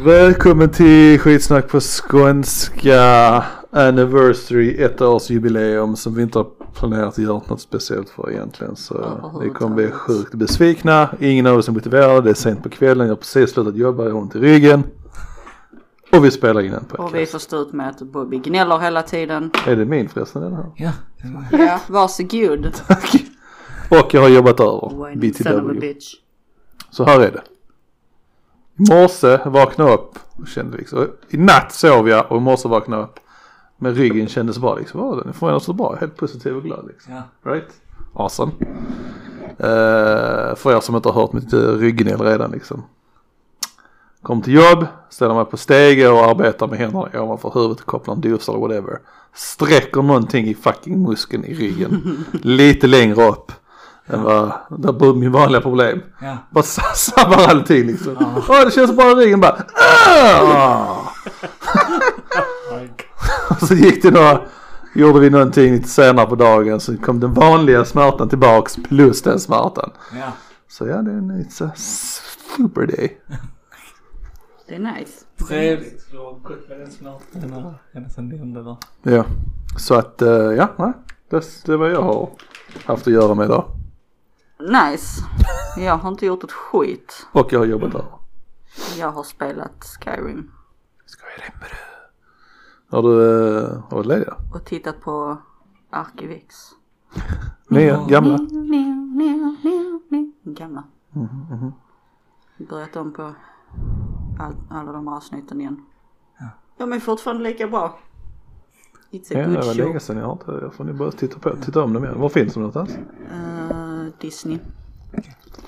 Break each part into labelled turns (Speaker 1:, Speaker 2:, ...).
Speaker 1: Välkommen till skitsnack på skånska Anniversary, ett års jubileum som vi inte har planerat att göra något speciellt för egentligen. Så ni kommer bli sjukt besvikna. Ingen av oss är motiverad, det är sent på kvällen, jag har precis slutat jobba, jag har ont i ryggen. Och vi spelar in en podcast.
Speaker 2: Och vi får stå ut med att Bobby gnäller hela tiden.
Speaker 1: Är det min förresten den här?
Speaker 3: Ja.
Speaker 2: Ja, varsågod.
Speaker 1: Och jag har jobbat över
Speaker 2: Wayne, son of a
Speaker 1: BTW.
Speaker 2: bitch.
Speaker 1: Så här är det. I morse vaknade jag upp och kände liksom, och i natt sov jag och i morse vaknade jag upp. Men ryggen kändes bra liksom, åh den förändrades så bra, helt positiv och glad liksom.
Speaker 3: Ja.
Speaker 1: Right? Awesome. Eh, för er som inte har hört mitt eh, ryggnäll redan liksom. Kom till jobb, ställer mig på stege och arbetar med händerna ovanför huvudet och kopplar en dosa eller whatever. Sträcker någonting i fucking muskeln i ryggen. Lite längre upp. Än vad, det var min vanliga problem.
Speaker 3: Ja.
Speaker 1: Bara sa- sabbar allting liksom. Åh det känns bra i ryggen bara. "Ah!" Och så gick det några, gjorde vi någonting lite senare på dagen så kom den vanliga smärtan tillbaks plus den smärtan.
Speaker 3: Ja.
Speaker 1: Så ja det är en it's a super day.
Speaker 2: Det är nice.
Speaker 3: Trevligt. Du har gått med den smärtan ända sedan det hände där.
Speaker 1: Ja, så att eh, ja, nej. Det, det är vad jag har haft att göra med idag.
Speaker 2: Nice. Jag har inte gjort ett skit.
Speaker 1: Och jag har jobbat över.
Speaker 2: Jag har spelat Skyrim
Speaker 1: Ska jag rimma du? Har du eh, har varit lediga?
Speaker 2: och tittat på Arkivex.
Speaker 1: Nya? Gamla?
Speaker 2: Gamla.
Speaker 1: Mm-hmm,
Speaker 2: Börjat om på all, alla de här avsnitten igen. De är fortfarande lika bra. It's a
Speaker 1: Ja, det
Speaker 2: good
Speaker 1: var
Speaker 2: show.
Speaker 1: länge sedan jag har inte, jag får nu börja titta, på, titta om dem igen. Var finns de någonstans?
Speaker 2: Eh, Disney.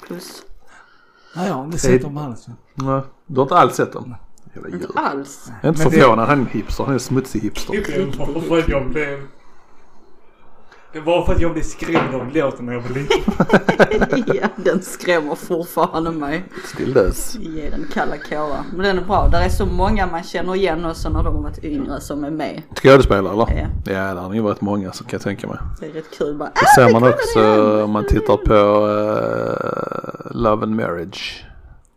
Speaker 2: Plus.
Speaker 3: Ja, jag har inte sett dem alls.
Speaker 1: Nej, du har inte alls sett dem? Jävla djur.
Speaker 2: Alls.
Speaker 1: Jag är inte
Speaker 3: Men det-
Speaker 1: förvånad, han är en hipster, han är en smutsig hipster.
Speaker 3: Det var för att jag blev... Det var för att jag blev skrämd av låten när jag var liten.
Speaker 2: ja, den skrämmer fortfarande mig.
Speaker 1: Still this.
Speaker 2: Ge den kalla kårar. Men den är bra. Där är så många man känner igen också när de har varit yngre som är med.
Speaker 1: Skådespelare eller?
Speaker 2: Ja.
Speaker 1: Ja, det har nog varit många så kan jag tänka mig.
Speaker 2: Det är rätt kul bara.
Speaker 1: Det
Speaker 2: "Ah, vi
Speaker 1: ser man
Speaker 2: kollar
Speaker 1: också
Speaker 2: den!"
Speaker 1: om man tittar på eh, Love and Marriage.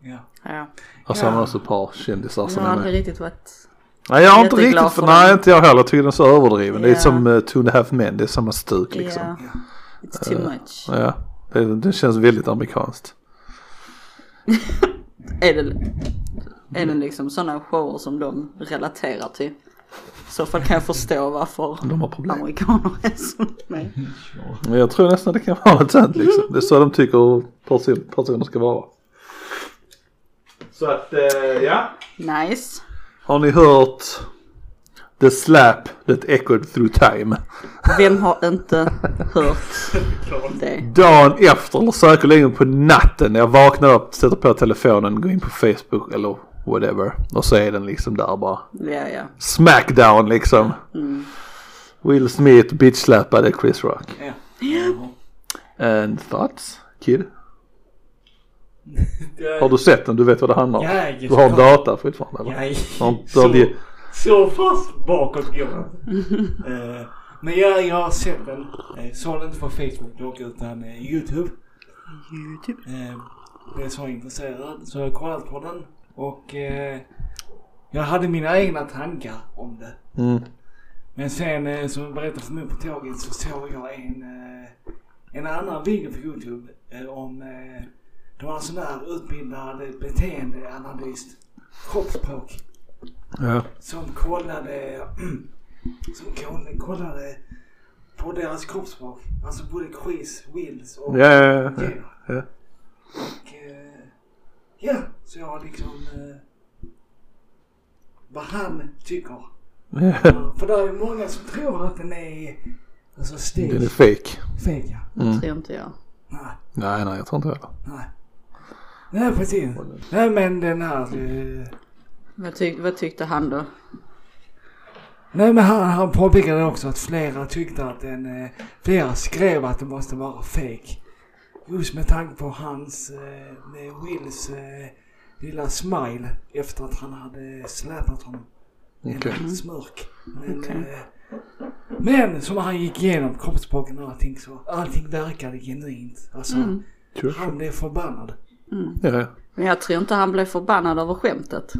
Speaker 3: Ja.
Speaker 2: Ja.
Speaker 1: Där ser man också ett par kändisar
Speaker 2: Jag
Speaker 1: som
Speaker 2: har
Speaker 1: är med.
Speaker 2: aldrig riktigt varit
Speaker 1: Nej jag har inte
Speaker 2: jätteglad
Speaker 1: riktigt, för,
Speaker 2: för
Speaker 1: nej
Speaker 2: dem.
Speaker 1: inte jag heller, jag tycker den är så överdriven. Det är
Speaker 2: Ja.
Speaker 1: som uh, Two and a Half Men, det är samma stuk liksom. Eh,
Speaker 2: Ja, it's too much.
Speaker 1: Ja, det, det känns väldigt amerikanskt.
Speaker 2: Är det, är det liksom sådana shower som de relaterar till? I så fall kan jag förstå varför
Speaker 1: De har problem.
Speaker 2: amerikaner är som mig.
Speaker 1: Men jag tror nästan det kan vara något sånt liksom. Det är så de tycker person, personer ska vara. Så att, ja.
Speaker 2: Nice.
Speaker 1: Har ni hört The Slap That Echoed Through Time?
Speaker 2: Vem har inte hört det?
Speaker 1: Dagen efter, eller säkerligen på natten, när jag vaknar upp, sätter på telefonen, går in på Facebook eller whatever. Och så är den liksom där bara.
Speaker 2: Ja, ja.
Speaker 1: Smackdown liksom. Will Smith bitchslappade Chris Rock.
Speaker 3: Ja.
Speaker 1: Mm. And thoughts? Kid?
Speaker 3: Det-
Speaker 1: Har du sett den? Du vet vad det handlar om?
Speaker 3: Ja, just
Speaker 1: du har
Speaker 3: det.
Speaker 1: data fortfarande eller?
Speaker 3: Nej.
Speaker 1: Sånt, då
Speaker 3: Så,
Speaker 1: blir-
Speaker 3: så fast bakåt går uh, Men ja, jag har sett den. Eh, Såg den inte på Facebook dock utan eh, Youtube.
Speaker 2: YouTube.
Speaker 3: Eh, Blev så intresserad så jag har kollat på den. Och eh, jag hade mina egna tankar om det.
Speaker 1: Mm.
Speaker 3: Men sen eh, som jag berättade för mig på tåget så såg jag en, eh, en annan video på Youtube eh, om eh, det var en sån där utbildad beteendeanalys, kroppsspråk,
Speaker 1: Ja.
Speaker 3: som kollade, som koll- kollade på deras kroppsspråk. Alltså både Chris, Wills och...
Speaker 1: Ja, ja, ja,
Speaker 3: Jenner.
Speaker 1: ja. ja.
Speaker 3: Och, eh, ja, så jag har liksom eh, vad han tycker.
Speaker 1: Den
Speaker 3: För det är många som tror att den är alltså
Speaker 1: är
Speaker 3: stil,
Speaker 1: fake.
Speaker 3: fake ja.
Speaker 2: Tror inte jag.
Speaker 3: Nej,
Speaker 1: Nej, nej, jag tror inte heller.
Speaker 3: nej. Nej precis. Nej men den här. eh,
Speaker 2: Vad, tyck, vad tyckte han då?
Speaker 3: Nej men han, han påpekade också att flera tyckte att den, eh, flera skrev att det måste vara fake. Just med tanke på hans, eh, med Wills eh, lilla smile efter att han hade släpat honom.
Speaker 1: Okej.
Speaker 3: Eller smörk. Men,
Speaker 2: Okej.
Speaker 3: eh, men som han gick igenom kroppsspråken och allting så, allting verkade genuint. Alltså,
Speaker 1: Sure.
Speaker 3: han blev förbannad.
Speaker 1: Ja, ja.
Speaker 2: Men jag tror inte han blev förbannad över skämtet.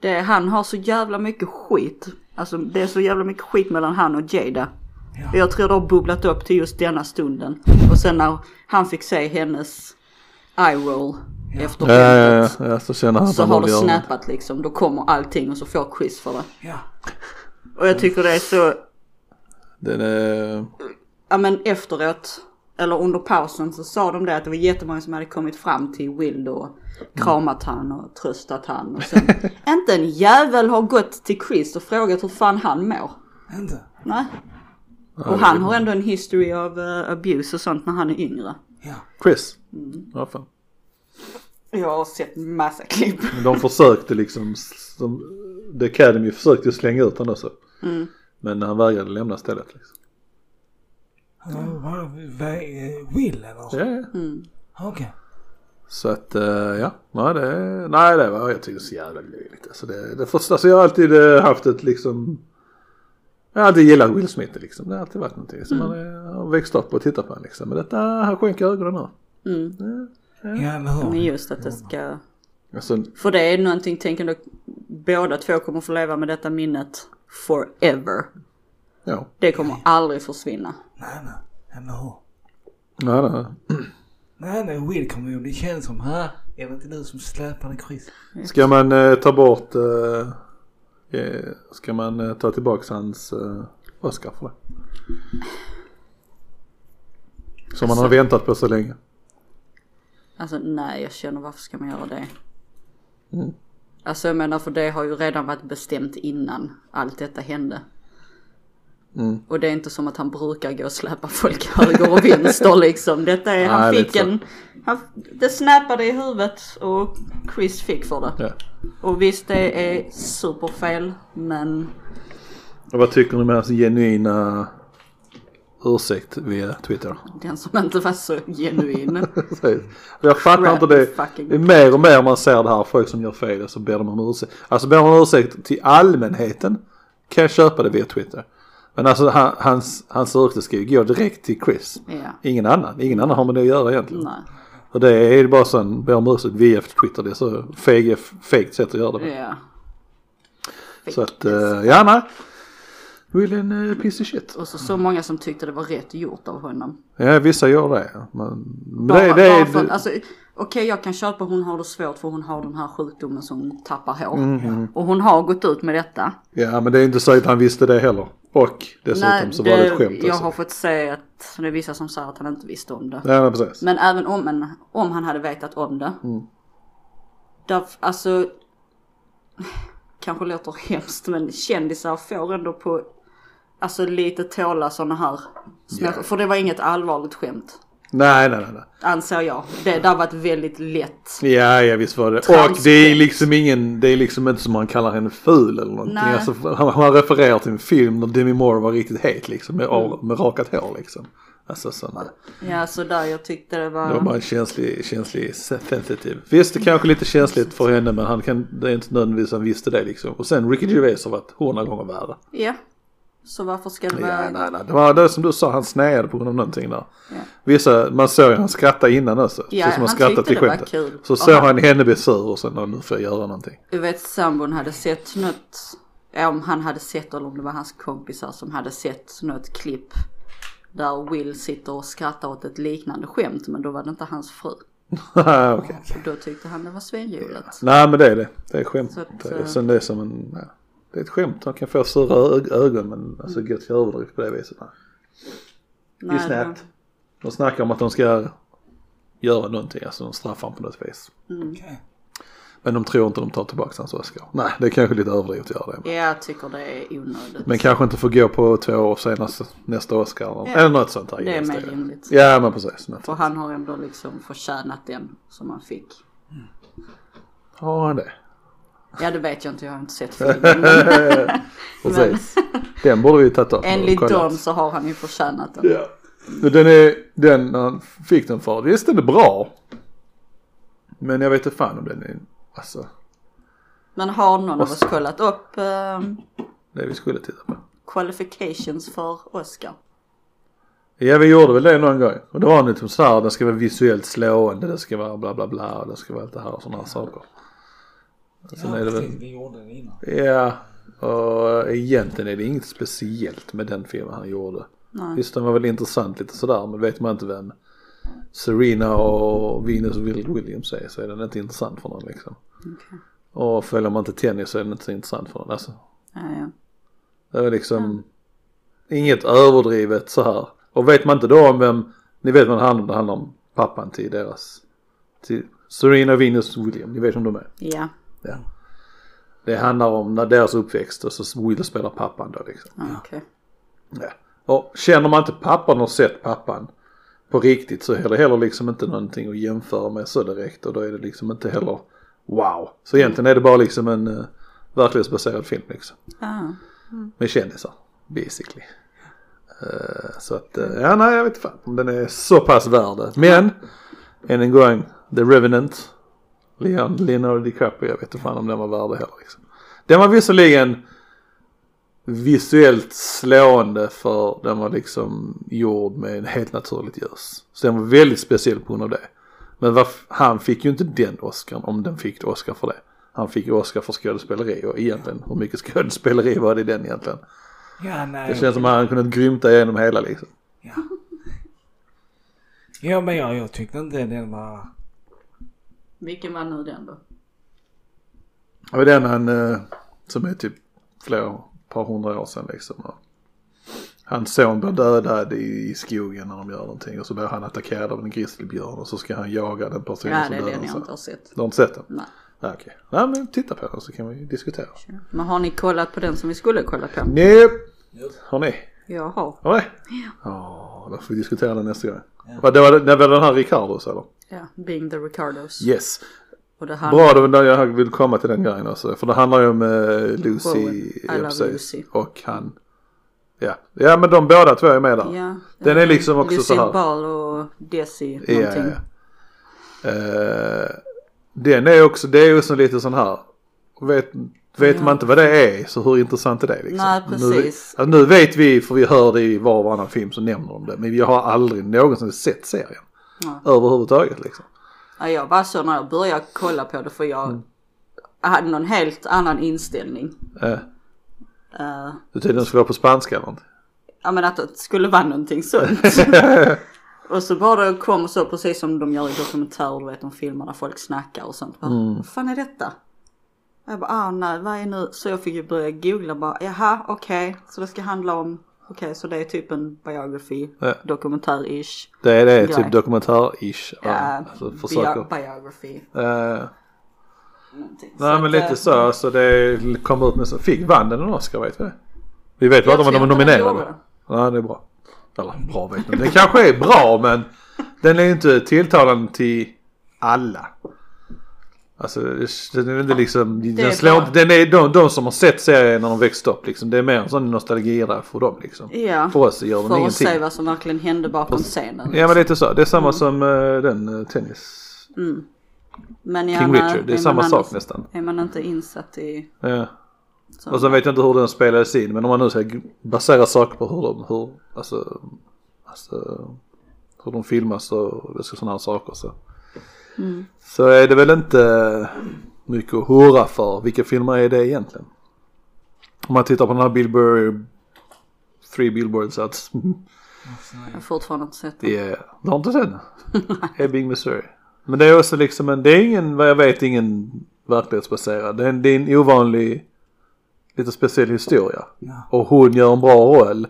Speaker 2: Det, han har så jävla mycket skit. Alltså det är så jävla mycket skit mellan han och Jada.
Speaker 3: Ja.
Speaker 2: Och Jag tror det har bubblat upp till just denna stunden. Och sen när han fick se hennes eye roll efter
Speaker 1: Ja, ja,
Speaker 2: skämtet,
Speaker 1: ja, ja, så känner han att
Speaker 2: Så
Speaker 1: han
Speaker 2: har det
Speaker 1: borde göra något.
Speaker 2: snappat liksom. Då kommer allting och så får Chris för det.
Speaker 3: Ja.
Speaker 2: Och jag tycker det är så,
Speaker 1: Den är...
Speaker 2: ja men efteråt, eller under pausen så sa de det att det var jättemånga som hade kommit fram till Will och kramat han och tröstat han. Och sen, inte en jävel har gått till Chris och frågat hur fan han mår.
Speaker 3: Inte?
Speaker 2: Nej. Och han har ändå en history of eh, abuse och sånt när han är yngre.
Speaker 3: Ja.
Speaker 1: Chris. Ja, fan.
Speaker 2: Jag har sett massa klipp.
Speaker 1: Men De försökte liksom, de, The Academy försökte ju slänga ut honom också. Men han vägrade lämna stället. Liksom.
Speaker 3: Mm. Vad, vad, eh, Will eller?
Speaker 1: Ja, ja.
Speaker 3: Okej.
Speaker 1: Mm. Så att eh, ja, nej det, nej, det var jag tycker det är så jävla löjligt. Alltså, det, det första, alltså, jag har alltid eh, haft ett liksom, jag har alltid gillat Will Smith liksom. Det har alltid varit någonting som man eh, har växt upp och tittat på honom liksom. Men detta, han sjönk i ögonen nu.
Speaker 3: Ja, eller hur?
Speaker 2: Men just att det ska...
Speaker 1: Alltså,
Speaker 2: För det är någonting, tänker du, båda två kommer få leva med detta minnet forever.
Speaker 1: ja,
Speaker 2: Det kommer aldrig försvinna.
Speaker 3: Nej, nej. Eller hur?
Speaker 1: nej, nej, nej.
Speaker 3: Nej, nej. Will kommer ju bli känd som, här. Är det inte du som släpade Chris?
Speaker 1: Ska man eh, ta bort, eh, eh, ska man eh, ta tillbaks hans eh, Oscar för det? Som man har väntat på så länge.
Speaker 2: Alltså nej, jag känner varför ska man göra det?
Speaker 1: Mm.
Speaker 2: Alltså jag menar för det har ju redan varit bestämt innan allt detta hände.
Speaker 1: Mm.
Speaker 2: Och det är inte som att han brukar gå och släpa folk höger och vänster liksom. Detta är, han
Speaker 1: Nej,
Speaker 2: fick
Speaker 1: lite så.
Speaker 2: en, han, det snappade i huvudet och Chris fick för det.
Speaker 1: Ja.
Speaker 2: Och visst det är superfel men
Speaker 1: Och vad tycker ni om hans genuina ursäkt via Twitter?
Speaker 2: den som inte var så genuin.
Speaker 1: Precis. Jag fattar
Speaker 2: Crap
Speaker 1: inte det.
Speaker 2: fucking-
Speaker 1: Det är mer och mer man ser det här, folk som gör fel så ber de om ursäkt. Alltså ber de om ursäkt till allmänheten kan jag köpa det via Twitter. Men alltså han, hans, hans ursäkt ska ju gå direkt till Chris.
Speaker 2: Ja.
Speaker 1: Ingen annan, ingen annan har med det att göra egentligen.
Speaker 2: Nej.
Speaker 1: Och det är bara sån, ber om ursäkt via Twitter, det är så feg, fegt sätt att göra det på.
Speaker 2: Ja.
Speaker 1: Så att, eh, ja nej. Will en eh, piece of shit.
Speaker 2: Och så, så många som tyckte det var rätt gjort av honom.
Speaker 1: Ja vissa gör det. Men, men
Speaker 2: Bara,
Speaker 1: det, det,
Speaker 2: bara för,
Speaker 1: det-
Speaker 2: alltså, Okej jag kan köpa hon har det svårt för hon har den här sjukdomen som hon tappar hår.
Speaker 1: Mm.
Speaker 2: Och hon har gått ut med detta.
Speaker 1: Ja men det är inte säkert att han visste det heller. Och dessutom så var det ett skämt alltså.
Speaker 2: jag
Speaker 1: också.
Speaker 2: har fått se att det är vissa som säger att han inte visste om det.
Speaker 1: Ja men precis.
Speaker 2: Men även om, en, om han hade vetat om det.
Speaker 1: Mm.
Speaker 2: Där, alltså, kanske låter hemskt men kändisar får ändå på, alltså lite tåla sådana här. små-
Speaker 1: Ja.
Speaker 2: För det var inget allvarligt skämt.
Speaker 1: Nej nej nej. nej.
Speaker 2: Anser jag. Det där var ett väldigt lätt.
Speaker 1: Ja ja visst var det. Och
Speaker 2: Transparent.
Speaker 1: det är liksom ingen, det är liksom inte som man kallar henne ful eller någonting.
Speaker 2: Nej.
Speaker 1: Alltså, han, han refererar till en film när Demi Moore var riktigt het liksom med, med rakat hår liksom. Alltså så nej.
Speaker 2: Ja så där jag tyckte det var.
Speaker 1: Det var bara en känslig, känslig sensitiv. Visst det kanske är lite känsligt för henne men han kan, det är inte nödvändigtvis han visste det liksom. Och sen Ricky Gervais har varit hundra gånger värre.
Speaker 2: Ja. Så varför ska det vara.
Speaker 1: Ja, nej, nej. Det var det som du sa, han snäade på grund av någonting där.
Speaker 2: Ja.
Speaker 1: Vissa, man såg han skratta innan också.
Speaker 2: Ja,
Speaker 1: precis som
Speaker 2: han
Speaker 1: skrattade
Speaker 2: tyckte
Speaker 1: till
Speaker 2: det var
Speaker 1: skämtet.
Speaker 2: kul.
Speaker 1: Så
Speaker 2: Och
Speaker 1: såg
Speaker 2: han-
Speaker 1: han henne bli sur och sen, "Åh, nu får jag göra någonting.
Speaker 2: Jag vet sambon hade sett något, ja, om han hade sett eller om det var hans kompisar som hade sett något klipp där Will sitter och skrattar åt ett liknande skämt men då var det inte hans fru.
Speaker 1: Okej.
Speaker 2: Och då tyckte han det var svinroligt.
Speaker 1: Nej men det är det, det är skämt.
Speaker 2: Så att,
Speaker 1: Det är-
Speaker 2: eh,
Speaker 1: Sen det är som en, ja, det är ett skämt, han kan få sura ö- ögon men alltså gå till överdrift på det viset. Nej. Det är
Speaker 2: Nej,
Speaker 1: snällt. De snackar om att de ska göra någonting, alltså de straffar honom på något vis.
Speaker 3: Okej.
Speaker 1: Men de tror inte de tar tillbaka hans Oscar. Nej, det är kanske lite överdrivet att göra det.
Speaker 2: Ja, jag tycker det är onödigt.
Speaker 1: Men kanske inte får gå på två år senast nästa Oscar eller, eller något sånt där.
Speaker 2: det är
Speaker 1: Just
Speaker 2: mer rimligt.
Speaker 1: Ja men precis. något
Speaker 2: För
Speaker 1: sånt.
Speaker 2: han har ändå liksom förtjänat den som han fick.
Speaker 1: Har han det?
Speaker 2: Ja det vet jag inte, jag har inte sett filmen. Men
Speaker 1: Precis. Den borde vi tagit upp. och
Speaker 2: enligt
Speaker 1: kollat.
Speaker 2: dem så har han ju förtjänat den.
Speaker 1: Ja. Men Den är, den han fick den för, visst den är bra. Men jag vet inte fan om den är, alltså.
Speaker 2: Men har någon av oss kollat upp ehm,
Speaker 1: Det vi skulle titta på.
Speaker 2: qualifications för Oscar?
Speaker 1: Ja vi gjorde väl det någon gång. Och då var det liksom så här, den ska vara visuellt slående, det ska vara bla bla bla och det ska vara allt det här och sådana här saker. Sen är det väl...
Speaker 3: Vi gjorde det innan.
Speaker 1: Ja, och egentligen är det inget speciellt med den filmen han gjorde.
Speaker 2: Nej.
Speaker 1: Visst den var väl intressant lite sådär men vet man inte vem Serena och Venus Will Williams är så är den inte intressant för någon liksom.
Speaker 2: Okej.
Speaker 1: Och följer man inte tennis så är den inte så intressant för någon. Alltså,
Speaker 2: Ja, ja.
Speaker 1: det är liksom inget överdrivet så här. Och vet man inte då om vem, ni vet vad det handlar om, det handlar om pappan till deras, till Serena och Venus Williams, ni vet vem de är.
Speaker 2: ja.
Speaker 1: Ja. Det handlar om när deras uppväxt och så Will spelar pappan då liksom.
Speaker 2: ja, okej.
Speaker 1: Ja. Och känner man inte pappan och sett pappan på riktigt så är det heller liksom inte någonting att jämföra med så direkt och då är det liksom inte heller wow. Så egentligen är det bara liksom en uh, verklighetsbaserad film liksom.
Speaker 2: Ja.
Speaker 1: Med kändisar, basically. Eh, så att, eh, ja nej jag vet inte fan om den är så pass värd det. Men, än en gång, The Revenant. Leon, Leonardo DiCaprio, jag vet inte fan om den var värd det heller liksom. Den var visserligen visuellt slående för den var liksom gjord med en helt naturligt ljus. Så den var väldigt speciell på grund av det. Men varf- han fick ju inte den Oscarn om den fick Oscar för det. Han fick ju Oscar för skådespeleri och egentligen hur mycket skådespeleri var det i den egentligen?
Speaker 3: Ja, nej.
Speaker 1: Det känns som att han kunnat grymta igenom hela liksom.
Speaker 3: Ja. ja, men jag, jag tyckte inte den var...
Speaker 2: Vilken var nu den då?
Speaker 1: Det var den han eh, som är typ flera, par hundra år sedan liksom. Och hans son blir dödad i, i skogen när de gör någonting och så blir han attackerad av en grizzlybjörn och så ska han jaga den personen
Speaker 2: Ja,
Speaker 1: som
Speaker 2: det är
Speaker 1: dödar
Speaker 2: den jag
Speaker 1: honom.
Speaker 2: inte har sett.
Speaker 1: Du har inte sett den?
Speaker 2: Nej.
Speaker 1: Nej, okej. Nej men titta på den så kan vi ju diskutera.
Speaker 2: Men har ni kollat på den som vi skulle kolla på?
Speaker 1: Nej, har ni?
Speaker 2: Jag har.
Speaker 1: Har ni? Ja. Oh, då får vi diskutera den nästa gång. Vad, Det var, det var den här Ricardos eller?
Speaker 2: Ja, Being the Ricardos.
Speaker 1: Yes.
Speaker 2: Och det handlar
Speaker 1: Bra, då, då jag vill komma till den grejen också. För det handlar ju om eh, Lucy.
Speaker 2: Bowen. I love
Speaker 1: precis.
Speaker 2: Lucy.
Speaker 1: Och han. Ja. ja, men de båda två är med där.
Speaker 2: Ja.
Speaker 1: Den är liksom också
Speaker 2: Lucille
Speaker 1: så här.
Speaker 2: Ball och Desi
Speaker 1: Ja, ja,
Speaker 2: någonting.
Speaker 1: ja. Eh, den är också, det är ju så lite sån här. Vet, vet man inte vad det är så hur intressant är det liksom?
Speaker 2: Nej,
Speaker 1: Nu,
Speaker 2: precis.
Speaker 1: alltså, nu vet vi för vi hör det i var och varannan film så nämner de det. Men jag har aldrig någonsin sett serien.
Speaker 2: Ja.
Speaker 1: Överhuvudtaget liksom.
Speaker 2: Ja, jag var så när jag började kolla på det för jag
Speaker 1: Mm.
Speaker 2: hade någon helt annan inställning.
Speaker 1: Eh,
Speaker 2: Eh,
Speaker 1: du tydligen skulle vara på spanska eller någonting.
Speaker 2: ja men att det skulle vara någonting sånt. och så bara det kom så precis som de gör i dokumentärer du vet om filmer där folk snackar och sånt. Bara,
Speaker 1: Mm.
Speaker 2: Vad fan är detta? Och Jag bara ah nej vad är nu? Så jag fick ju börja googla bara jaha okej så det ska handla om okej så det är typ en biografi
Speaker 1: Ja.
Speaker 2: dokumentär-ish.
Speaker 1: Det är det,
Speaker 2: Grej.
Speaker 1: typ dokumentär-ish.
Speaker 2: Ja,
Speaker 1: alltså, försöker.
Speaker 2: bio- biography.
Speaker 1: Eh,
Speaker 2: någonting.
Speaker 1: nej
Speaker 2: att,
Speaker 1: men
Speaker 2: eh,
Speaker 1: lite så, alltså det kom ut med så. Fick, vann den en Oscar vet vi det? Vi vet
Speaker 2: Jag
Speaker 1: bara att de var
Speaker 2: tror inte den gjorde
Speaker 1: nominerade. Nej det är bra. Eller bra vet jag Den kanske är bra men den är ju inte tilltalande till alla. Alltså den är inte liksom, den
Speaker 2: är
Speaker 1: slår
Speaker 2: bra.
Speaker 1: inte, den är de, de som har sett serien när de växte upp liksom. Det är mer en sån nostalgi där för dem liksom.
Speaker 2: Ja.
Speaker 1: För oss gör den
Speaker 2: För att
Speaker 1: ingenting.
Speaker 2: se vad som verkligen hände bakom scenen.
Speaker 1: Ja men lite så, det är
Speaker 2: Mm.
Speaker 1: samma som eh, den eh, tennis
Speaker 2: Men
Speaker 1: King
Speaker 2: gärna
Speaker 1: Richard, det är
Speaker 2: är
Speaker 1: samma
Speaker 2: man
Speaker 1: sak
Speaker 2: annars-
Speaker 1: nästan.
Speaker 2: Är man inte insatt i...
Speaker 1: Ja.
Speaker 2: Så.
Speaker 1: Och sen vet jag inte hur den spelades in men om man nu ska basera saker på hur de, hur, alltså, alltså hur de filmas och sådana här saker så. Så är det väl inte mycket att hurra för. Vilka filmer är det egentligen? Om man tittar på den här Billboard, Three Billboards att,
Speaker 2: Jag har fortfarande inte sett det.
Speaker 1: yeah, du har inte sett den? Ebbing, Missouri. Men det är också liksom en, det är ingen, vad jag vet, ingen verklighetsbaserad. Det är en, det är en ovanlig, lite speciell historia.
Speaker 3: Ja.
Speaker 1: Och hon gör en bra roll.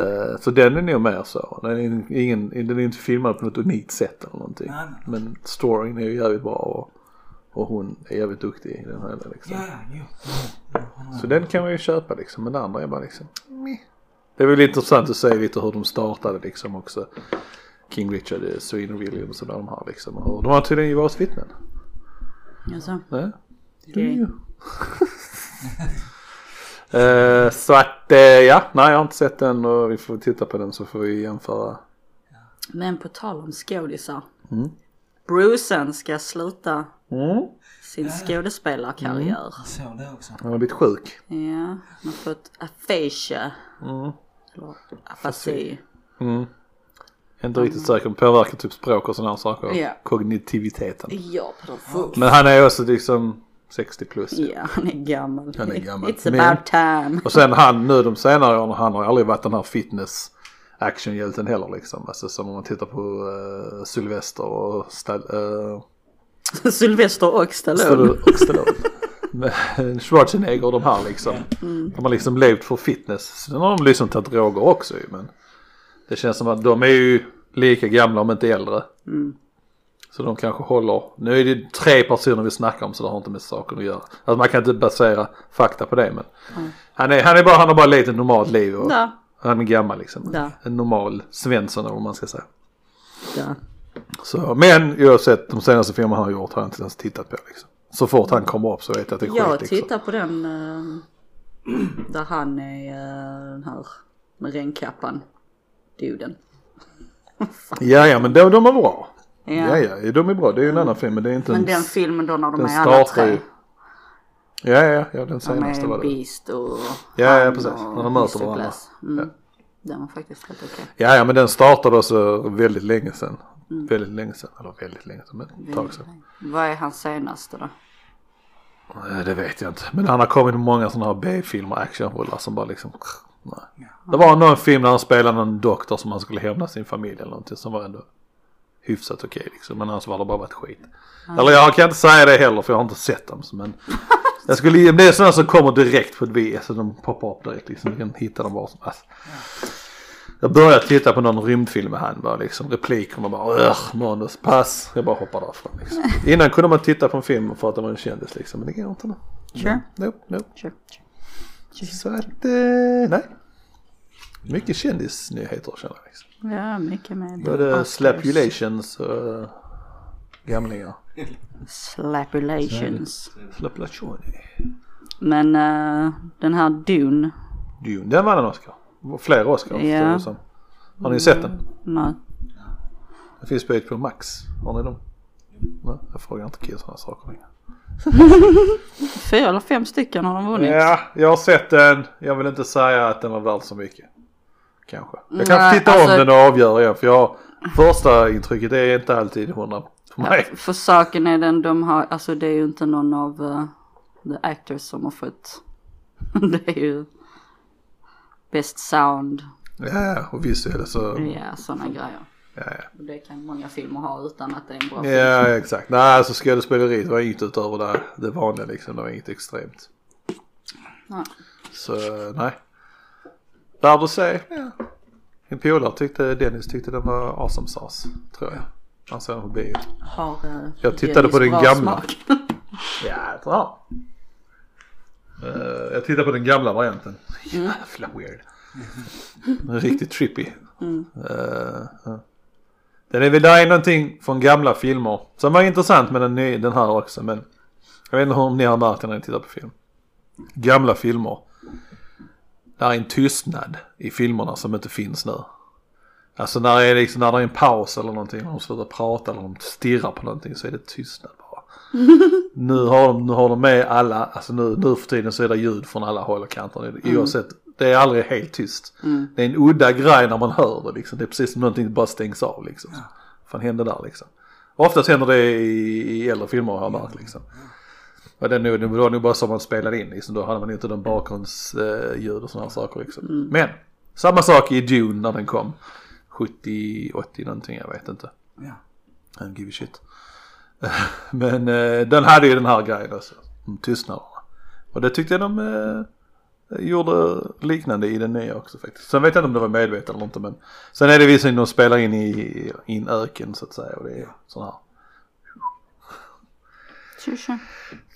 Speaker 1: Eh, Så den är nog mer så. Den är, ingen, den är inte filmad på något unikt sätt eller någonting.
Speaker 3: Nej, nej.
Speaker 1: Men storyn är ju jävligt bra och, och hon är jävligt duktig i den här liksom.
Speaker 3: Ja, ja, jo.
Speaker 1: Så den kan man ju köpa liksom. Men den andra är bara liksom meh. Det är väl intressant att se lite hur de startade liksom också. King Richard, eh, Serena Williams och de här liksom. Och de har tydligen ju varit vittnen.
Speaker 2: Alltså,
Speaker 1: Nej?
Speaker 2: det är-
Speaker 1: Eh, så att eh, ja, nej jag har inte sett den och vi får titta på den så får vi jämföra.
Speaker 2: Men på tal om skådisar.
Speaker 1: Mm.
Speaker 2: Brucen ska sluta Mm.
Speaker 1: Äh.
Speaker 2: sin skådespelarkarriär.
Speaker 1: Mm.
Speaker 3: Jag såg det också.
Speaker 1: Han har blivit sjuk.
Speaker 2: Ja, han har fått aphasia.
Speaker 1: Mm.
Speaker 2: Eller apati.
Speaker 1: Jag är inte riktigt säker om det påverkar typ språk och sådana saker.
Speaker 2: Ja.
Speaker 1: Kognitiviteten.
Speaker 2: Ja, på den
Speaker 1: Men han är också liksom 60 plus.
Speaker 2: Ja, han är gammal.
Speaker 1: Han är gammal.
Speaker 2: It's
Speaker 1: Men-
Speaker 2: about time.
Speaker 1: Och sen han nu de senare åren, han har aldrig varit den här fitness actionhjälten heller liksom. Alltså som om man tittar på eh, Sylvester och Stal- eh,
Speaker 2: Sylvester och Stallone.
Speaker 1: Stallone. och Stallone. Men Schwarzenegger och de här liksom.
Speaker 2: Mm.
Speaker 1: De har liksom levt för fitness. Sen har de liksom tagit droger också ju, men det känns som att de är ju lika gamla om inte äldre.
Speaker 2: Mm.
Speaker 1: Så de kanske håller, nu är det tre personer vi snackar om så det har inte med saken att göra. Alltså man kan inte basera fakta på det men. Han, är, han, är bara, han har bara levt ett normalt liv och
Speaker 2: Ja.
Speaker 1: han är gammal liksom.
Speaker 2: Ja.
Speaker 1: En normal Svensson eller vad man ska säga.
Speaker 2: Ja.
Speaker 1: Så, men jag har sett de senaste filmerna han har gjort har jag inte ens tittat på. Liksom. Så fort han kommer upp så vet jag att det är
Speaker 2: Jag
Speaker 1: skit. Liksom.
Speaker 2: tittar på den eh, där han är eh, den här med regnkappan. Duden.
Speaker 1: Ja, ja, men de, de är bra.
Speaker 2: Ja. Mm.
Speaker 1: Ja, ja, de är bra. Det är ju en annan film, men det är inte
Speaker 2: Men
Speaker 1: en...
Speaker 2: den filmen då när de
Speaker 1: den
Speaker 2: är alla
Speaker 1: startar
Speaker 2: tre.
Speaker 1: ju. Ja, ja, ja, den senaste var
Speaker 2: Med
Speaker 1: det.
Speaker 2: Beast och
Speaker 1: Ja, ja,
Speaker 2: han
Speaker 1: precis.
Speaker 2: och
Speaker 1: När de möter
Speaker 2: Mr.
Speaker 1: varandra.
Speaker 2: Glass. Mm. Den var faktiskt rätt okej.
Speaker 1: Ja, ja, men den startade så väldigt länge sedan.
Speaker 2: Mm.
Speaker 1: Väldigt länge sedan. Eller väldigt länge sedan, men ett tag sedan.
Speaker 2: Vad är hans senaste då?
Speaker 1: Nej, det vet jag inte. Men han har kommit med många sådana här B-filmer, actionrullar som bara liksom... Nej. Det var någon film där han spelade en doktor som han skulle hämna sin familj eller någonting som var ändå hyfsat okej liksom. Men annars var det bara varit skit. Eller jag kan inte säga det heller för jag har inte sett dem. så, Men jag skulle, det är sådana som kommer direkt på ett VS. så De poppar upp direkt liksom. Du kan hitta dem var som helst. Jag började titta på någon rymdfilm med han bara liksom replikerna bara "Ugh, manus, pass. Jag bara hoppar därifrån liksom. Innan kunde man titta på en film för att det var en kändis liksom. Men det går inte nu.
Speaker 2: Sure.
Speaker 1: Nope, nope.
Speaker 2: Sure. sure.
Speaker 1: Så att, eh, nej. Mycket kändisnyheter känner jag liksom.
Speaker 2: Ja, mycket med
Speaker 1: Både
Speaker 2: Oscars.
Speaker 1: slapulations och eh, gamlingar.
Speaker 2: Slapulations.
Speaker 1: Slapulationi.
Speaker 2: Men eh, den här Dune.
Speaker 1: Dune, den vann en Oscar. Det var Flera Oscars
Speaker 2: Ja.
Speaker 1: förstår jag som. Har ni sett den?
Speaker 2: Nej.
Speaker 1: Den finns på HBO Max. Har ni dem? Nej, jag frågar inte killar sådana saker längre.
Speaker 2: Fyra eller fem stycken har de vunnit.
Speaker 1: Ja, jag har sett den. Jag vill inte säga att den var värd så mycket. Kanske. Jag kanske
Speaker 2: Nej,
Speaker 1: tittar
Speaker 2: alltså-
Speaker 1: om den och avgör igen. För jag, första intrycket är inte alltid hundra för
Speaker 2: Ja,
Speaker 1: mig.
Speaker 2: för saken är den de har, alltså det är ju inte någon av eh, the actors som har fått. det är ju best sound,
Speaker 1: Ja, och visuellt så.
Speaker 2: ja sådana grejer.
Speaker 1: Ja,
Speaker 2: Och det kan många filmer ha utan att det är en bra
Speaker 1: ja.
Speaker 2: film.
Speaker 1: ja exakt. Nej, alltså skådespeleriet var inget utöver det, det vanliga liksom. Det var inget extremt.
Speaker 2: Nej.
Speaker 1: Så nej. Värd att se. Ja. Min polare tyckte, Dennis tyckte den var awesome sauce. Tror jag. Han såg den på bio.
Speaker 2: Har, eh,
Speaker 1: Jag tittade på
Speaker 2: Dennis
Speaker 1: den
Speaker 2: bra
Speaker 1: gamla.
Speaker 2: smak?
Speaker 1: Ja, jag tror han. Eh, jag tittar på den gamla varianten. Jävla weird. Riktigt trippy. Eh, ja. Den är väl, där är någonting från gamla filmer som var intressant med den, ny, den här också men jag vet inte om ni har märkt det när ni tittar på film. Gamla filmer. Där är en tystnad i filmerna som inte finns nu. Alltså när det är, liksom, när det är en paus eller någonting, när de slutar prata eller de stirrar på någonting så är det tystnad bara. Nu har de, nu har de med alla, alltså nu, nu för tiden så är det ljud från alla håll och kanter. Mm. Oavsett, det är aldrig helt tyst. Det är en udda grej när man hör det liksom. Det är precis som någonting bara stängs av liksom. Vad fan hände där liksom? Oftast händer det i, i äldre filmer har jag märkt liksom. Och det, nu, det var nog bara så man spelade in liksom. Då hade man inte den bakgrundsljud och sådana saker liksom. Men, samma sak i Dune när den kom. 70, 80 någonting, jag vet inte.
Speaker 3: Ja.
Speaker 1: I don't give a shit. Men eh, den hade ju den här grejen alltså. om Tystnaderna. Och det tyckte jag de eh, gjorde liknande i den nya också faktiskt. Sen vet jag inte om det var medvetet eller inte men. Sen är det visserligen de spelar in i, i en öken så att säga och det är sån här.
Speaker 2: Tjo, tjo.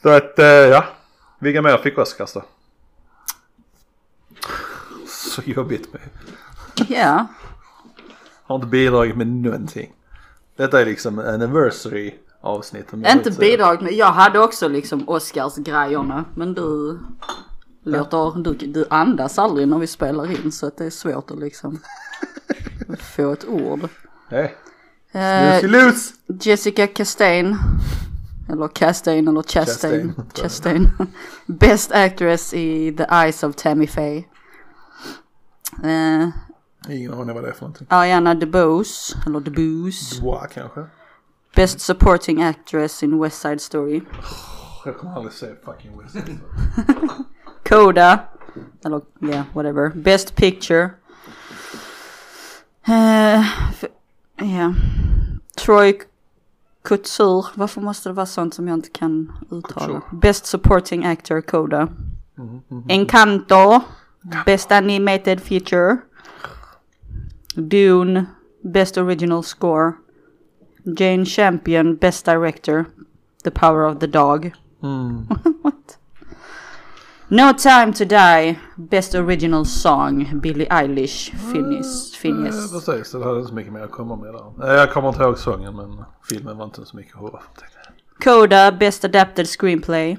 Speaker 1: Så att eh, ja. Vilka mer fick Oscars då? Så jobbigt med.
Speaker 2: Ja,
Speaker 1: Har inte bidragit med någonting. Detta är liksom anniversary avsnitt. om jag
Speaker 2: inte
Speaker 1: vet, eh,
Speaker 2: bidragit med, jag hade också liksom Oscarsgrejerna men du låter, du, du andas aldrig när vi spelar in så att det är svårt att liksom få ett ord.
Speaker 1: Nej.
Speaker 2: Eh,
Speaker 1: Lucy Luce!
Speaker 2: Jessica Chastain. Eller Chastain eller
Speaker 1: Chastain,
Speaker 2: Chastain.
Speaker 1: tror jag.
Speaker 2: Chastain. Best actress i The Eyes of Tammy Faye. Eh,
Speaker 1: Ingen aning vad det är för någonting.
Speaker 2: Ariana DeBose, eller DeBose.
Speaker 1: Boa kanske?
Speaker 2: Best supporting actress in West Side Story.
Speaker 1: jag kommer aldrig se fucking alltså. West Side Story.
Speaker 2: Coda. Eller ja, whatever. Best picture. Eh, f- Ja. Troy Couture. Varför måste det vara sånt som jag inte kan uttala?
Speaker 1: Couture. Mm,
Speaker 2: Best supporting actor, Coda. Encanto. Best animated feature. Dune. Best original score. Jane Champion. Best director. The power of the dog.
Speaker 1: Mm.
Speaker 2: What? No Time To Die, Best Original Song, Billie Eilish, Finnish.
Speaker 1: Eh,
Speaker 2: Finnish.
Speaker 1: Precis, det hade inte så mycket mer att komma med där. Eh, Jag kommer inte ihåg sången men filmen var inte så mycket att hurra för. tänkte jag.
Speaker 2: Coda, Best Adapted Screenplay.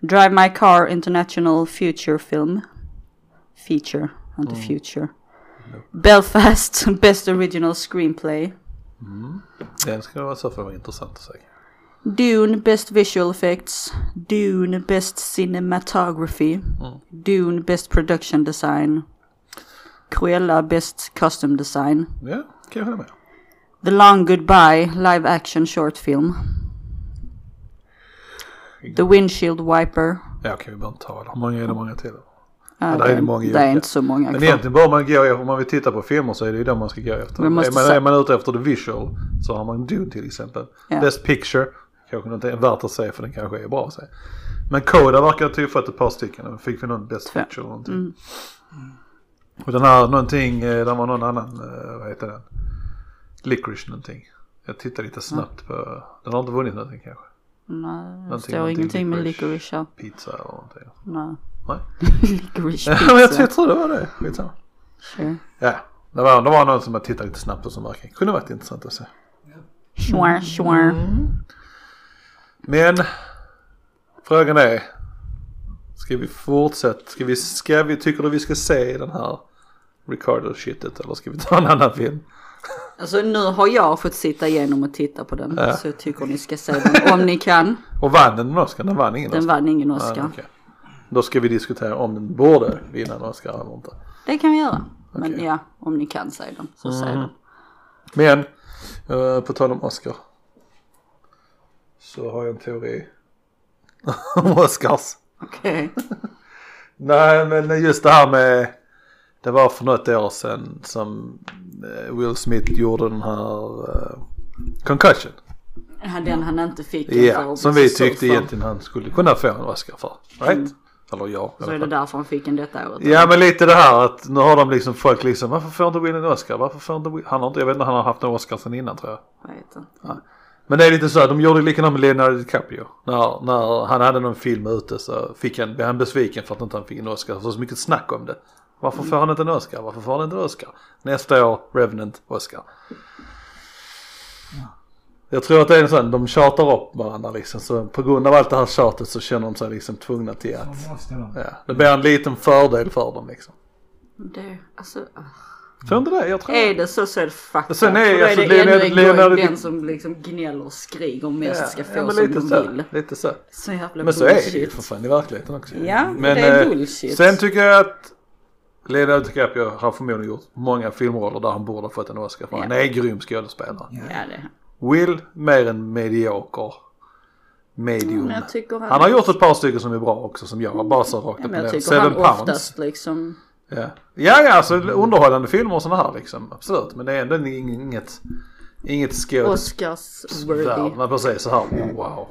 Speaker 2: Drive My Car, International Future Film. Feature, not future. Belfast, Best Original Screenplay.
Speaker 1: Den skulle vara så för vara intressant att se.
Speaker 2: Dune, Best Visual Effects. Dune, Best Cinematography. Dune, Best Production Design. Cruella, Best Costume Design.
Speaker 1: Ja, kan jag hålla med.
Speaker 2: The Long Goodbye, live action short film. The Windshield Wiper.
Speaker 1: Ja, okej vi behöver inte ta det. Hur många är det många till?
Speaker 2: Ja,
Speaker 1: där är det många
Speaker 2: det är
Speaker 1: olika.
Speaker 2: inte så många
Speaker 1: Men
Speaker 2: kvar.
Speaker 1: egentligen bör man gå, om man vill titta på filmer så är det ju dem man ska gå efter.
Speaker 2: Vi måste
Speaker 1: Är man,
Speaker 2: sa-
Speaker 1: är man ute efter the visual så har man Dune till exempel.
Speaker 2: Ja.
Speaker 1: Best picture, kanske inte är värt att se för den kanske är bra att se. Men Coda verkar ha tillfått ett par stycken. Fick vi någon best
Speaker 2: Två. Mm.
Speaker 1: picture eller någonting. Och den här någonting, eh, den var någon annan, eh, vad heter den? Licorice någonting. Jag tittar lite snabbt på, den har inte vunnit någonting kanske.
Speaker 2: Nej, det
Speaker 1: Någonting,
Speaker 2: står
Speaker 1: någonting
Speaker 2: ingenting med
Speaker 1: licorice.
Speaker 2: licorice här.
Speaker 1: Pizza eller någonting.
Speaker 2: Nej.
Speaker 1: Nej.
Speaker 2: licorice
Speaker 1: Ja, men jag tror-
Speaker 2: pizza.
Speaker 1: jag tror det var det. Skitsamma.
Speaker 2: Sure.
Speaker 1: Ja, det var, det var någon som jag tittade lite snabbt på som verkar kunde varit intressant att se. Mm.
Speaker 2: Sure, sure.
Speaker 1: Men frågan är, ska vi fortsätta, ska vi, ska vi, tycker du vi ska se den här Ricardo-shitet eller ska vi ta en annan film?
Speaker 2: Alltså nu har jag fått sitta igenom och titta på den. Så jag tycker ni ska se den om ni kan.
Speaker 1: Och vann den en Oscar? Den vann ingen
Speaker 2: Den
Speaker 1: Oscar?
Speaker 2: vann ingen
Speaker 1: Ja,
Speaker 2: Oscar.
Speaker 1: okej. Då ska vi diskutera om den borde vinna en Oscar eller inte.
Speaker 2: Det kan vi göra. Men
Speaker 1: Okej. Mm.
Speaker 2: ja, om ni kan se den så se den.
Speaker 1: Men, eh, på tal om Oscar. Så har jag en teori om Oscars.
Speaker 2: Okej.
Speaker 1: Nej, men just det här med... Det var för något år sedan som eh, Will Smith gjorde den här eh, Concussion.
Speaker 2: Okay. Den han inte fick.
Speaker 1: Ja,
Speaker 2: inför
Speaker 1: som vi
Speaker 2: Robinson
Speaker 1: tyckte
Speaker 2: Surfer.
Speaker 1: egentligen han skulle kunna få en Oscar för. Right? Eller jag. i
Speaker 2: Mm. Så är
Speaker 1: alla
Speaker 2: det
Speaker 1: fall.
Speaker 2: därför han fick den detta året.
Speaker 1: Ja men lite det här att nu har de liksom folk liksom varför får inte Will en Oscar? Varför får inte Will? Han har inte, jag vet inte, han har haft en Oscar sedan innan tror jag.
Speaker 2: Vad heter den?
Speaker 1: Men det är lite så här, de gjorde likadant med Leonardo DiCaprio. När, när han hade någon film ute så fick han, blev han besviken för att inte han fick en Oscar. Det var så mycket snack om det. Varför får han inte en Oscar? Varför får han inte en Oscar? Nästa år, Revenant, Oscar. Jag tror att det är en sån, de tjatar upp varandra liksom. Så på grund av allt det här tjatet så känner de sig liksom tvungna till att,
Speaker 3: Då måste de.
Speaker 1: ja, det blir en liten fördel för dem liksom.
Speaker 2: Det, alltså, ah.
Speaker 1: Tror inte det? Jag tror
Speaker 2: är det så så är det fucked
Speaker 1: Sen är-
Speaker 2: up. För då
Speaker 1: alltså,
Speaker 2: är det
Speaker 1: Leonardo-
Speaker 2: ännu en
Speaker 1: Leonardo-
Speaker 2: gång den som liksom gnäller och skriker om mest ska få
Speaker 1: men
Speaker 2: som
Speaker 1: lite
Speaker 2: de
Speaker 1: så,
Speaker 2: vill.
Speaker 1: Lite så.
Speaker 2: Så jävla
Speaker 1: Men så är det ju
Speaker 2: bullshit.
Speaker 1: för fan i verkligheten också.
Speaker 2: Ja, det är
Speaker 1: eh,
Speaker 2: bullshit.
Speaker 1: Sen tycker jag att Leonardo DiCaprio har förmodligen gjort många filmroller där han borde ha fått en Oscar för.
Speaker 2: Ja.
Speaker 1: Han är en grym skådespelare.
Speaker 2: Ja, det är han.
Speaker 1: Will, mer än medioker. Medium.
Speaker 2: Men Mm, jag tycker han-
Speaker 1: han har gjort ett par stycken som är bra också som jag bara så rakt
Speaker 2: Ja,
Speaker 1: upp
Speaker 2: men
Speaker 1: och
Speaker 2: jag
Speaker 1: ner.
Speaker 2: tycker
Speaker 1: Seven
Speaker 2: han
Speaker 1: pounds.
Speaker 2: oftast liksom.
Speaker 1: Ja. ja, ja, alltså underhållande filmer och sådana här liksom. Absolut, men det är ändå inget, inget skådespel.
Speaker 2: Oscars-worthy.
Speaker 1: Man får säga så här, wow.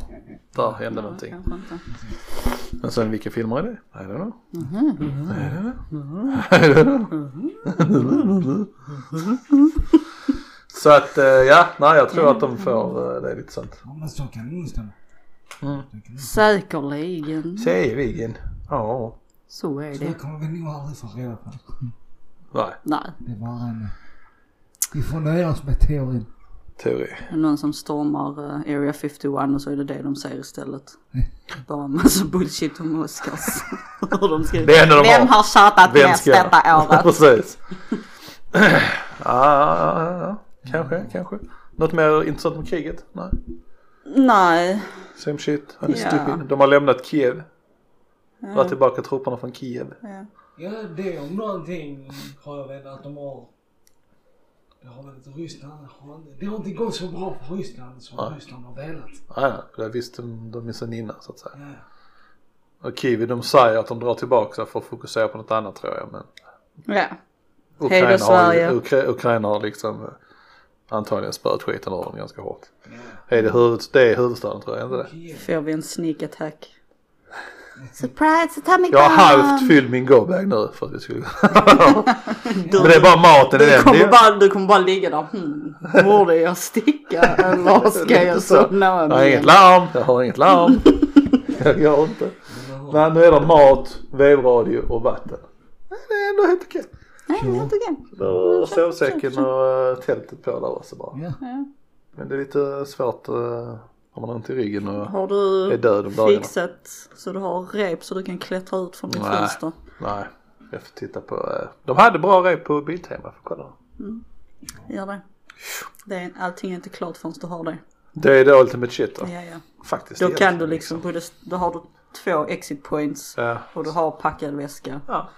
Speaker 1: Där hände någonting.
Speaker 2: Kanske inte.
Speaker 1: Men sen vilka filmer är det? I don't know.
Speaker 2: Mhm.
Speaker 1: I don't know. Så att eh, ja, nej jag tror att de får, eh, det är lite sant.
Speaker 3: Ja, men så kan det nog stämma.
Speaker 2: Säkerligen.
Speaker 1: Sävigen. Ja.
Speaker 2: Så är
Speaker 3: Det
Speaker 2: det.
Speaker 3: kommer vi nog aldrig få reda på.
Speaker 1: Nej,
Speaker 2: Nej,
Speaker 3: Det är bara en... Vi får nöja oss med teorin.
Speaker 1: teori.
Speaker 2: det är någon som stormar eh, Area 51 och så är det det de säger istället. Bara en massa bullshit om Oscars. Hur de ska...
Speaker 1: Det är ändå de
Speaker 2: Vem har tjatat
Speaker 1: Vem
Speaker 2: mest
Speaker 1: ska göra?
Speaker 2: detta året?
Speaker 1: Precis. ah, kanske, kanske. Något mer intressant om kriget? Nej.
Speaker 2: Nej.
Speaker 1: Same shit. Han är
Speaker 2: Ja.
Speaker 1: stupid. De har lämnat Kiev. Dra tillbaka trupperna från Kiev.
Speaker 3: Ja, det om någonting har jag väl att de har... Det har varit Ryssland har inte, det har inte gått så bra för Ryssland som
Speaker 1: Nej.
Speaker 3: Ryssland har velat.
Speaker 1: Nej, nej, det visste de, de ju sedan innan så att säga.
Speaker 3: Ja.
Speaker 1: Och Kiwi de säger att de drar tillbaka för att fokusera på något annat tror jag. Men
Speaker 2: Ja.
Speaker 1: Ukraina,
Speaker 2: Hej då, Sverige.
Speaker 1: Har, ju- Ukra- Ukraina har liksom eh, antagligen spöat skiten ur dem ganska hårt.
Speaker 3: Ja.
Speaker 1: Är det, huvud, det är huvudstaden tror jag, inte det?
Speaker 3: Kiev.
Speaker 2: Får vi en sneak attack? Surprise atomic
Speaker 1: Jag har halvt
Speaker 2: bomb!
Speaker 1: fyllt min go-bag nu för att vi skulle... Men det är bara maten i
Speaker 2: Du
Speaker 1: den.
Speaker 2: kommer,
Speaker 1: Det-
Speaker 2: bara, du kommer bara ligga där. Hmm, borde jag sticka eller ska jag somna om?
Speaker 1: Jag har inget
Speaker 2: igen?
Speaker 1: larm, jag har inget larm. jag gör inte. Nej, nu är det mat, vevradio och vatten. Nej, det är ändå helt okej.
Speaker 2: Nej, det är helt okej.
Speaker 1: Och sovsäcken och eh, tältet på där också bara.
Speaker 3: Ja.
Speaker 2: Ja.
Speaker 1: Men det är lite svårt eh, om man har ont i ryggen och...
Speaker 2: Har
Speaker 1: Är död
Speaker 2: du
Speaker 1: om dagarna.
Speaker 2: fixat så du har rep så du kan klättra ut från ditt
Speaker 1: Nej.
Speaker 2: fönster?
Speaker 1: Nej, jag får titta på... eh, De hade bra rep på Biltema, får kolla.
Speaker 2: Gör det. det är, allting är inte klart förrän du har det.
Speaker 1: Det är det ultimate shit då.
Speaker 2: Ja, ja.
Speaker 1: Faktiskt.
Speaker 2: Då kan
Speaker 1: egentligen,
Speaker 2: du liksom, både, då har du två exit points
Speaker 1: Ja.
Speaker 2: och du har packad väska.
Speaker 1: Ja.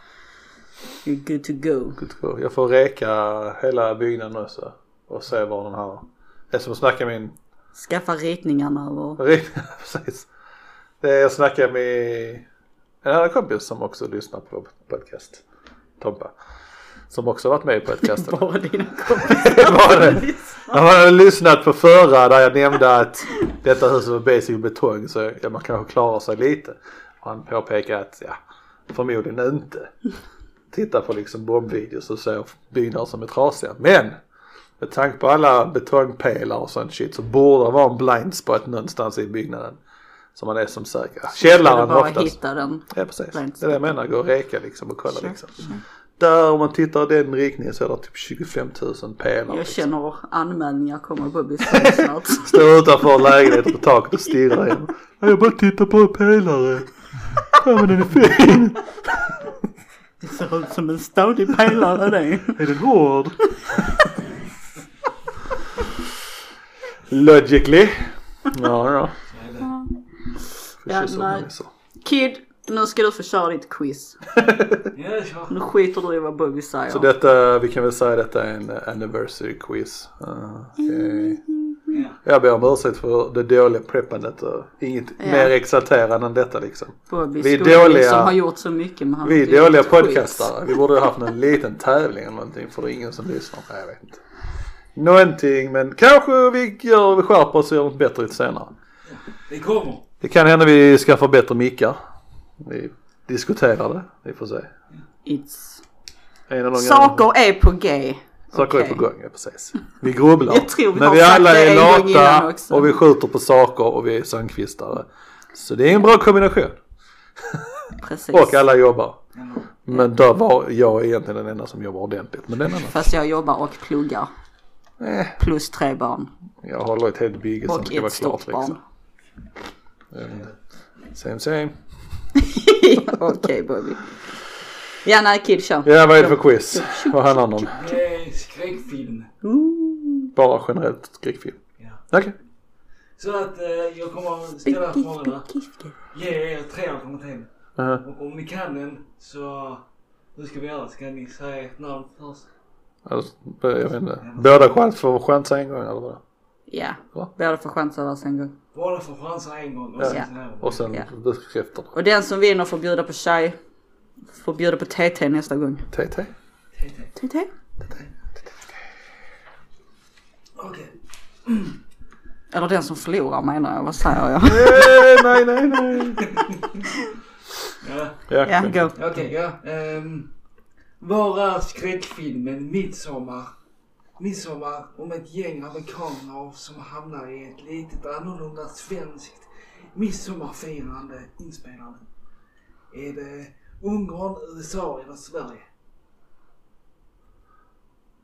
Speaker 2: You're good to go.
Speaker 1: Good to go. Jag får reka hela byggnaden också. Och se var den här... Det är som att snacka med en
Speaker 2: Skaffa ritningarna över.
Speaker 1: Precis. Det är- Jag snackade med en annan kompis som också lyssnar på podcast. Tompa. Som också varit med i podcasten.
Speaker 2: Bara dina kompisar.
Speaker 1: Det var det. Han hade lyssnat på förra där jag nämnde att detta huset var basic betong så ja, man kanske klarar sig lite. Och han påpekade att ja, förmodligen inte. Titta på liksom bombvideos och så byggnader som är trasiga. Men med tanke på alla betongpelare och sånt shit så borde det vara en blind spot någonstans i byggnaden. Som man är som säker.
Speaker 2: Eller
Speaker 1: Källaren
Speaker 2: bara
Speaker 1: oftast.
Speaker 2: hitta den.
Speaker 1: Ja precis.
Speaker 2: blind
Speaker 1: Det är det jag
Speaker 2: spot.
Speaker 1: menar, gå och reka liksom och kolla
Speaker 2: Sure,
Speaker 1: liksom. Där om man tittar i den riktningen så är det typ 25 000 pelare.
Speaker 2: Jag
Speaker 1: liksom.
Speaker 2: känner anmälningar komma på bussen snart.
Speaker 1: Står utanför lägenheten på taket och stirrar in. Nej, Jag bara tittar på en pelare. Ja men den är fin.
Speaker 2: Det ser ut som en stadig pelare det.
Speaker 1: Är den hård? Logically. Ja, ja.
Speaker 2: Ja,
Speaker 1: Precis som
Speaker 2: nej.
Speaker 1: de är så.
Speaker 2: Kid, nu ska du få köra ditt quiz.
Speaker 3: Ja, kör.
Speaker 2: Nu skiter du i vad Bobby säger.
Speaker 1: Så detta, vi kan väl säga detta är en anniversary quiz. Uh, eh,
Speaker 2: Mm-hmm.
Speaker 3: Ja.
Speaker 1: Jag ber om ursäkt för det dåliga preppandet och inget
Speaker 2: Ja.
Speaker 1: mer exalterande än detta liksom.
Speaker 2: Bobby
Speaker 1: vi är
Speaker 2: Skoglund
Speaker 1: dåliga-
Speaker 2: som har gjort så mycket med hans
Speaker 1: Vi är
Speaker 2: eget
Speaker 1: dåliga
Speaker 2: quiz.
Speaker 1: podcastare. Vi borde ha haft en liten tävling eller någonting för det är ingen som lyssnar. Nej, jag vet inte. Någonting men kanske vi gör, vi skärper oss och gör något bättre lite senare.
Speaker 3: Det kommer.
Speaker 1: Det kan hända vi skaffar bättre mickar. Vi diskuterar det. Vi får se.
Speaker 2: It's...
Speaker 1: En eller någon
Speaker 2: Saker är på G.
Speaker 1: saker är
Speaker 2: okej.
Speaker 1: på gång, ja, precis. Vi grubblar.
Speaker 2: Jag tror vi
Speaker 1: men
Speaker 2: har
Speaker 1: vi
Speaker 2: sagt
Speaker 1: alla
Speaker 2: det
Speaker 1: är
Speaker 2: en gång innan
Speaker 1: lata
Speaker 2: också.
Speaker 1: och vi skjuter på saker och vi är sandkvistare. Så det är en bra kombination.
Speaker 2: Precis.
Speaker 1: Och alla jobbar. Men där var jag egentligen den enda som jobbar ordentligt. Men den andra.
Speaker 2: Fast jag jobbar och pluggar.
Speaker 1: Eh.
Speaker 2: Plus tre barn.
Speaker 1: Jag håller ett helt bygge som
Speaker 2: Och
Speaker 1: ska vara
Speaker 2: ett
Speaker 1: klart
Speaker 2: stort
Speaker 1: liksom.
Speaker 2: barn.
Speaker 1: Same same.
Speaker 2: Okej Bobby. Ja nej Kid kör.
Speaker 1: liksom. Ja vad är det för quiz? Vad handlar det om?
Speaker 3: Det är skräckfilm.
Speaker 2: Mm.
Speaker 1: Bara generellt skräckfilm.
Speaker 3: Ja.
Speaker 1: Okej.
Speaker 3: Så att eh, jag kommer ställa frågorna. Ge er tre alternativ.
Speaker 1: Mhm.
Speaker 3: Och om ni kan den så... Hur ska vi göra? Ska ni säga ert namn först?
Speaker 1: Alltså, jag vet inte. Båda chans får chansa en gång eller vad?
Speaker 2: Ja.
Speaker 1: Va?
Speaker 2: Båda får chansa varsin gång.
Speaker 3: Båda får chansa en gång och sen
Speaker 2: Ja.
Speaker 3: så här.
Speaker 1: Och sen
Speaker 2: Ja.
Speaker 1: bekräftar du.
Speaker 2: Och den som vinner får bjuda på tjej. Får bjuda på TT nästa gång.
Speaker 1: TT.
Speaker 3: TT.
Speaker 2: TT?
Speaker 3: Okej.
Speaker 2: Eller den som förlorar menar jag. Vad säger jag?
Speaker 1: Eh, nej nej nej.
Speaker 3: Ja.
Speaker 2: Ja,
Speaker 1: Ja,
Speaker 2: go.
Speaker 3: Okej, ja. ehm, var är skräckfilmen Midsommar? Midsommar om ett gäng amerikaner som hamnar i ett litet annorlunda svenskt midsommarfirande inspelande. Är det Ungern, USA eller Sverige?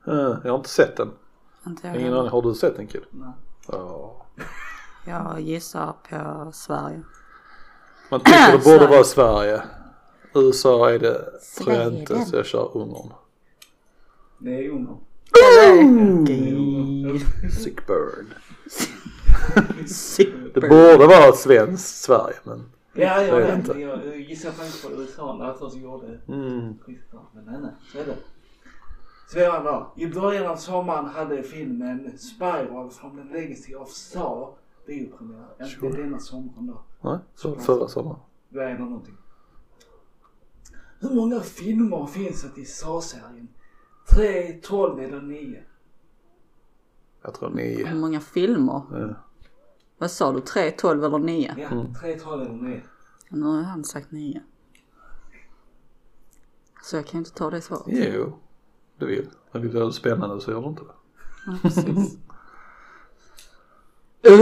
Speaker 1: Eh, Jag har inte sett den.
Speaker 2: Inte jag
Speaker 1: Ingen
Speaker 2: heller.
Speaker 1: aning. Har du sett den kid?
Speaker 3: Nej.
Speaker 1: Ja.
Speaker 2: Jag gissar på Sverige.
Speaker 1: Man tycker det borde
Speaker 2: Sverige.
Speaker 1: vara Sverige. USA är det tror jag
Speaker 2: Sverige.
Speaker 1: inte så jag kör Ungern.
Speaker 3: Det är Ungern.
Speaker 1: Sick bird.
Speaker 2: Super.
Speaker 1: Det borde vara svenskt Sverige men.
Speaker 3: Ja, jag
Speaker 1: vet
Speaker 3: vet. Jag jag gissar faktiskt på USA när jag först gjorde
Speaker 1: Mm.
Speaker 3: Men nej, nej, så är det. Svea då. I början av sommaren hade filmen Spiral från The Legacy of Saw biopremiär. Inte
Speaker 1: Sure.
Speaker 3: denna sommaren då.
Speaker 1: Nej, så förra sommaren.
Speaker 3: Det är nog någonting. Hur många filmer finns det i Saw-serien? 3, 12 eller 9?
Speaker 1: Jag tror ni...
Speaker 2: Hur många filmer?
Speaker 1: eh,
Speaker 2: Vad sa du? 3, 12 eller 9?
Speaker 3: Ja, 3, 12 eller 9.
Speaker 2: Nu har han sagt 9. Så jag kan inte ta det svaret.
Speaker 1: Jo, du vill. När vi gör det spännande så gör du inte det.
Speaker 2: Ja, precis.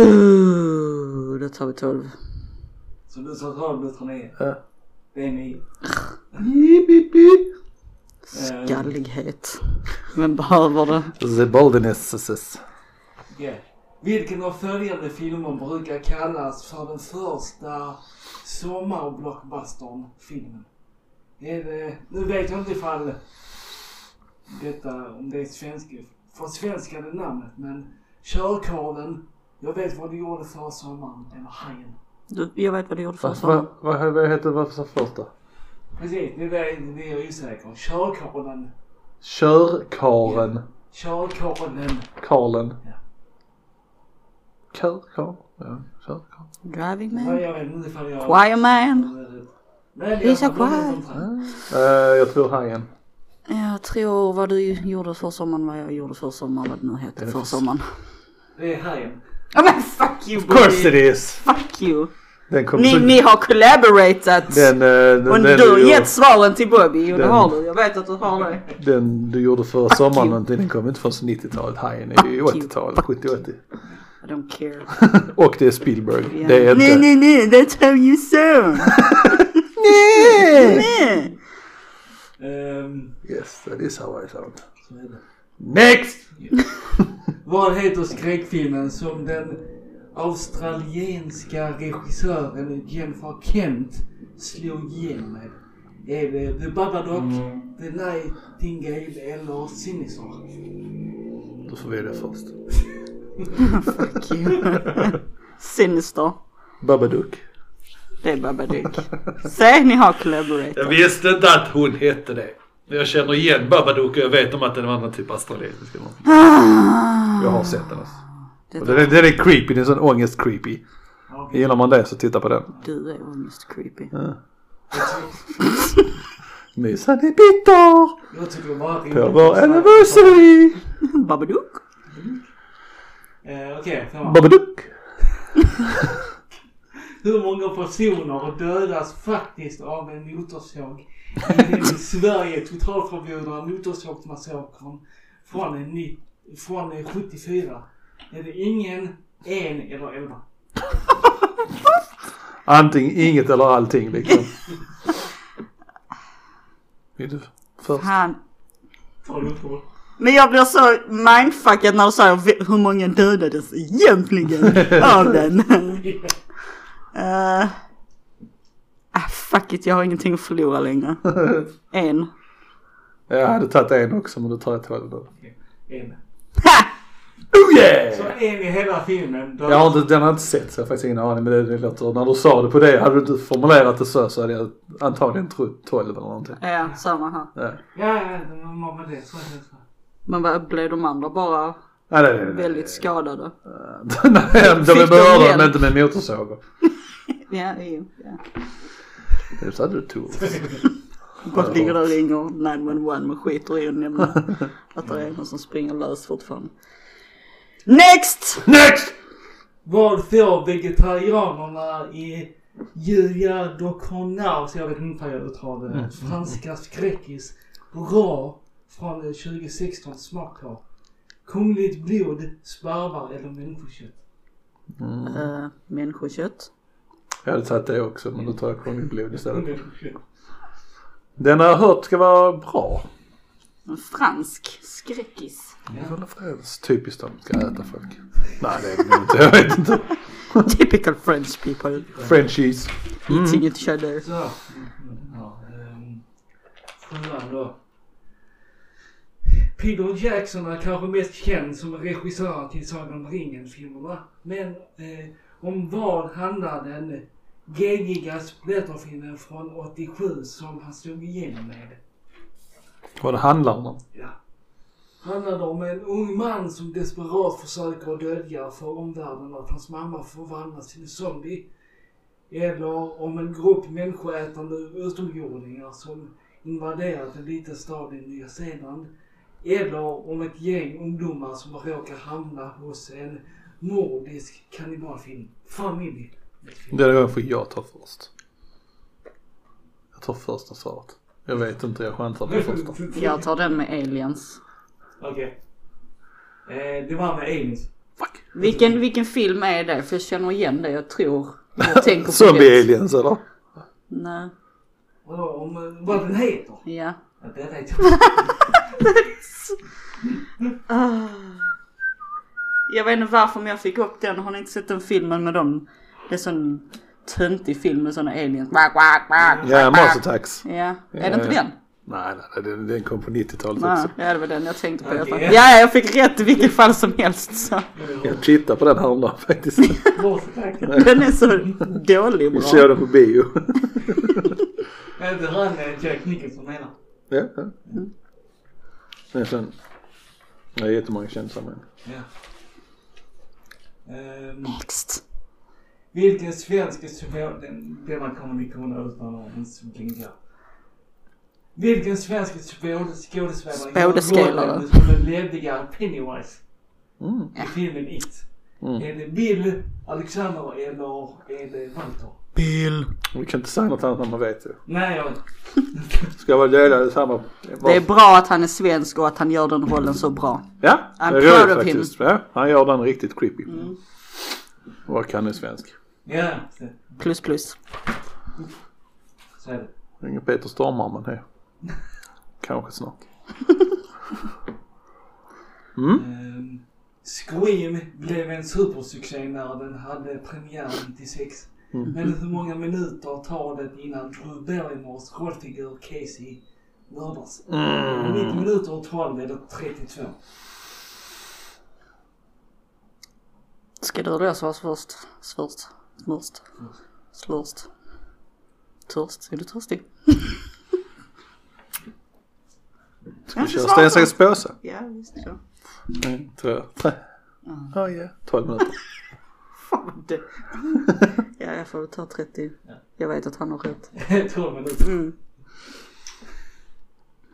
Speaker 2: Uh, då tar vi 12.
Speaker 1: Eh.
Speaker 3: Så du sa 12, du tar 9.
Speaker 1: Ja.
Speaker 3: Det är 9.
Speaker 1: Bip, bip, bip.
Speaker 2: Gallighet. Vem behöver det?
Speaker 1: The Baldinesses.
Speaker 3: Yeah. Vilken av följande filmer brukar kallas för den första sommarblockbustern-filmen? Är det, nu vet jag inte ifall detta, om det är svenska, för svenska är namnet, men Körkarlen, Jag vet vad du gjorde förra sommaren, eller Hajen.
Speaker 2: Du, jag vet vad du gjorde förra
Speaker 1: Vad
Speaker 2: sommaren.
Speaker 1: va, va, vad heter vad sa första?
Speaker 3: Precis, nu är ni är osäkra. Körkarlen,
Speaker 1: Körkaren.
Speaker 3: Körkarlen,
Speaker 1: Karlen.
Speaker 3: Ja.
Speaker 1: Körkarlen. Ja, körkarlen.
Speaker 2: Driving
Speaker 3: Nej,
Speaker 2: man.
Speaker 3: Jag vet inte ifall jag...
Speaker 2: Choir man.
Speaker 3: Nej, det är
Speaker 2: Lisa
Speaker 3: jag som har
Speaker 2: Choir.
Speaker 3: blivit omtränad.
Speaker 1: Eh, jag tror hajen.
Speaker 2: Jag tror vad du gjorde för sommaren, vad jag gjorde för sommaren, vad det nu
Speaker 1: Är
Speaker 2: hette
Speaker 1: det
Speaker 2: för
Speaker 1: för-
Speaker 2: sommaren.
Speaker 3: Det är Hajen.
Speaker 2: Ja men fuck you! Of
Speaker 1: is!
Speaker 2: Fuck you!
Speaker 1: Den kom
Speaker 2: Ni,
Speaker 1: så-
Speaker 2: ni har collaboratat!
Speaker 1: Den, eh, den,
Speaker 2: och
Speaker 1: den,
Speaker 2: du har
Speaker 1: du
Speaker 2: gett svaren till Bobby, jo det
Speaker 1: den-
Speaker 2: har du. Jag vet att du har det.
Speaker 1: gjorde, den du gjorde förra
Speaker 2: you.
Speaker 1: sommaren någonting, den kom inte från 90-talet. Hajen är ju
Speaker 2: Fuck you.
Speaker 1: 80-talet,
Speaker 2: Fuck
Speaker 1: 70-80.
Speaker 2: I don't care.
Speaker 1: Och det är Spielberg. Det är inte...
Speaker 2: Nej, nej, nej, that's how you sound!
Speaker 1: nej.
Speaker 2: Nej.
Speaker 3: Ehm,
Speaker 1: Yes, that is how I sound.
Speaker 3: så är det.
Speaker 1: Next!
Speaker 3: Vad heter skräckfilmen som den australienska regissören Jennifer Kent slog igenom med? Är det The Babadook, The Nightingale eller Sinister?
Speaker 1: Då får vi det först.
Speaker 2: Fuck you. Sinister.
Speaker 1: Babadook.
Speaker 2: Det är Babadook. Se, ni har collaboratat.
Speaker 1: visste inte att hon hette det. Jag känner igen Babadook och jag vet om att den var någon typ australiensisk eller något. Jag har sett den alltså.
Speaker 2: Det
Speaker 1: Och Den är, den är creepy, det är en sån ångest-creepy. Gillar man det så titta på den.
Speaker 2: Du är ångest creepy.
Speaker 1: Mysan är bitter
Speaker 3: Jag tycker bara
Speaker 1: på vår anniversary.
Speaker 2: Babadook.
Speaker 3: Eh, Okej, femma.
Speaker 1: Babadook.
Speaker 3: Hur många personer dödas faktiskt av en motorsåg i den i Sverige totalförbjudna motorsågsmassakern från, en ny- från en 74? Är det ingen, en eller elva?
Speaker 1: Antingen inget eller allting liksom. Vill du först?
Speaker 2: Han.
Speaker 3: Ta ledtråd.
Speaker 2: Men jag blir så mindfuckad när du säger "Vi- hur många dödades egentligen av den. Eh, ah, fuck it, jag har ingenting att förlora längre. En.
Speaker 1: Jag hade tagit en också men då tar jag tolv då.
Speaker 3: En.
Speaker 1: Oh
Speaker 3: Så
Speaker 1: yeah!
Speaker 3: en i hela filmen dödas.
Speaker 1: Jag har inte, den har jag inte sett så jag har faktiskt ingen aning men det, det låter, när du sa det på det, hade du inte formulerat det så så hade jag antagligen trott tolv eller någonting.
Speaker 2: Ja, samma här.
Speaker 1: Ja.
Speaker 3: Ja, ja, det var mamma det. Så är det. så.
Speaker 2: Men vad, blev de andra bara
Speaker 1: Nej, nej, nej, nej.
Speaker 2: väldigt skadade?
Speaker 1: nej, de är
Speaker 2: Fick de
Speaker 1: berörda
Speaker 2: hjälp?
Speaker 1: men inte med motorsågar.
Speaker 2: Ja, jo. Ja.
Speaker 1: Det hade du tur.
Speaker 2: Bara ligger där och ringer 911 men skiter i att nämna att det är någon som springer lös fortfarande. Next!
Speaker 1: Next!
Speaker 3: Vad får vegetarianerna i Julia Docornaus, jag vet inte hur jag uttalar det, franska skräckis Bra från 2016 smak har? Kungligt blod, sparvar eller människokött?
Speaker 2: Uh, människokött.
Speaker 1: Jag hade tagit det också men då tar jag kungligt blod istället.
Speaker 3: Människokött.
Speaker 1: Den har jag hört ska vara bra.
Speaker 2: En fransk skräckis.
Speaker 1: Det är väl främst typiskt de ska äta folk. Nej det är det nog inte, jag vet inte.
Speaker 2: Typical French people.
Speaker 1: Frenchies.
Speaker 2: Eating each other.
Speaker 3: Så. Ja, ehm, Sjuan då. Peter Jackson är kanske mest känd som regissör till Sagan om ringen-filmerna. Men eh, om vad handlar den geggiga splatterfilmen från 87 som han slog igenom med?
Speaker 1: Vad det handlar om.
Speaker 3: Ja. handlade om en ung man som desperat försöker att dölja för omvärlden att hans mamma förvandlats till en zombie. Eller om en grupp människoätande utomjordingar som invaderat en liten stad i Nya Zeeland. Eller om ett gäng ungdomar som råkar hamna hos en mordisk kannibalfilm. Familj.
Speaker 1: Det är därför jag tar först. Jag tar första svaret. Jag vet inte, jag chansar på första.
Speaker 2: Jag tar den med aliens.
Speaker 3: Okej. Eh, det var med aliens.
Speaker 1: Fuck.
Speaker 2: Vilken, vilken film är det? För jag känner igen det, jag tror. Jag tänker på
Speaker 1: Zombie
Speaker 2: det.
Speaker 1: aliens eller?
Speaker 2: Nej,
Speaker 3: Vadå, om eh, vad den heter?
Speaker 2: ja.
Speaker 3: Ja, det vet jag inte.
Speaker 2: Ah. Jag vet inte varför men jag fick upp den. Har ni inte sett den filmen med dem? Det är sån töntig film med såna aliens. Quack, quack, quack.
Speaker 1: Ja, Mars Attacks.
Speaker 2: Ja, är det inte den?
Speaker 1: Ah. Nej, nej, nej, den, den kom på 90-talet
Speaker 2: Nej,
Speaker 1: också.
Speaker 2: ja, det var den jag tänkte på i alla fall.
Speaker 3: Okej.
Speaker 2: Ja, ja, jag fick rätt i vilket fall som helst. Så.
Speaker 1: Jag tittade på den häromdagen faktiskt.
Speaker 3: Varför tack?
Speaker 2: Den är så dålig
Speaker 1: Vi såg
Speaker 2: bra.
Speaker 1: den på bio.
Speaker 3: Är det han eh, Jack Nicholson menar?
Speaker 1: ja, ja. Men sen. Det är jättemånga kändisar men.
Speaker 3: Ja. Ehm,
Speaker 2: Next.
Speaker 3: vilken svensk symbol... Den, denna kommer ni kunna utan att ens blinka. Vilken svensk symbol- skådespelare gör
Speaker 2: Skådespelare.
Speaker 3: rollen som den levdiga Pennywise
Speaker 1: Mm.
Speaker 3: i filmen It?
Speaker 1: Mm.
Speaker 3: Är det Bill, Alexander eller är det Walter?
Speaker 1: Bill. Vi kan inte säga något annat när man vet ju.
Speaker 3: Nej, jag vet.
Speaker 1: Ska vara delade samma.
Speaker 2: Det är bra att han är svensk och att han gör den rollen så bra.
Speaker 1: Ja,
Speaker 2: I'm
Speaker 1: det är roligt
Speaker 2: proud of him. Mm.
Speaker 1: faktiskt. Ja, han gör den riktigt creepy. Och han är svensk.
Speaker 3: Ja, så,
Speaker 2: Plus plus.
Speaker 3: så är det.
Speaker 1: Det är Ingen Peter Stormare men hej. Kanske snart.
Speaker 3: Ehm, Scream blev en supersuccé när den hade premiär 96.
Speaker 1: Mm.
Speaker 3: Men hur många minuter tar det innan Drew Barrymores rollfigur Casey mördas?
Speaker 1: Mm.
Speaker 3: 90 minuter och 12 eller 32?
Speaker 2: Ska du då svara först? Svårt. Smurst. Slurst. Törst. Är du törstig? Ska
Speaker 1: Vi kör sten, sax, påse.
Speaker 2: Ja, visst så.
Speaker 1: En, två, tre. Oh, yeah. 12 minuter.
Speaker 2: Fan det. Ja, jag får väl ta 30. Jag vet att han har rätt.
Speaker 3: 12 minuter.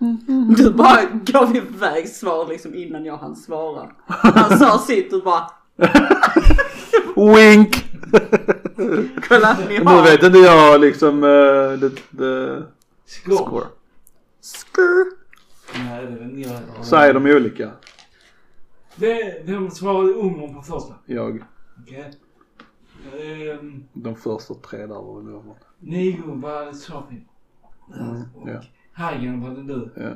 Speaker 2: Mm. Du bara gav iväg svar liksom innan jag hann svara. Han sa sitt och bara
Speaker 1: Wink!
Speaker 2: kolla ni
Speaker 1: Nu
Speaker 2: har.
Speaker 1: vet inte jag liksom eh, det, det
Speaker 3: Score.
Speaker 1: score.
Speaker 2: Skrr.
Speaker 3: Nej, det är väl ni har-
Speaker 1: Säger de olika?
Speaker 3: Det- Vem svarade Ungern på första?
Speaker 1: Jag.
Speaker 3: Okej. Ehm,
Speaker 1: De första tre där var väl jag.
Speaker 3: Nigo var Sofie. Och
Speaker 1: Mm, Ja,
Speaker 3: Hajen var det du.
Speaker 1: ja,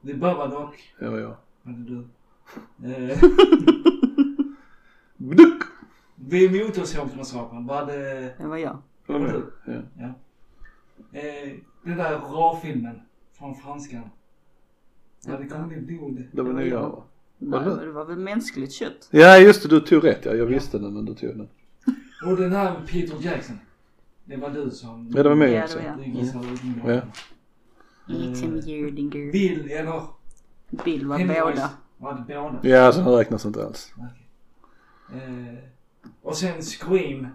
Speaker 3: Det är Babadook
Speaker 1: det var jag.
Speaker 3: var det du. Ehm,
Speaker 1: Bduck!
Speaker 3: Vid Motorsågsmassakern var det...
Speaker 2: Det var jag.
Speaker 1: Var det med? Ja.
Speaker 3: Ja. Eh, den där Ra-filmen från franskan. Ja, det kom lite blod.
Speaker 1: Det var nog jag va?
Speaker 2: Nej,
Speaker 1: det?
Speaker 2: men det var väl mänskligt kött.
Speaker 1: Ja just det, du tog rätt ja. Jag visste den men du tog den.
Speaker 3: Och den här med Peter Jackson. Det var du som...
Speaker 1: Ja det var
Speaker 2: Ja,
Speaker 1: mig
Speaker 2: det
Speaker 1: också.
Speaker 2: var jag.
Speaker 3: Du gissade ut min
Speaker 1: Ja.
Speaker 2: Eat him Jördinger.
Speaker 3: Bill eller
Speaker 2: Bill var
Speaker 3: Pennywise
Speaker 2: båda.
Speaker 3: var det båda.
Speaker 1: Ja så den räknas inte alls.
Speaker 3: Eh, och sen Scream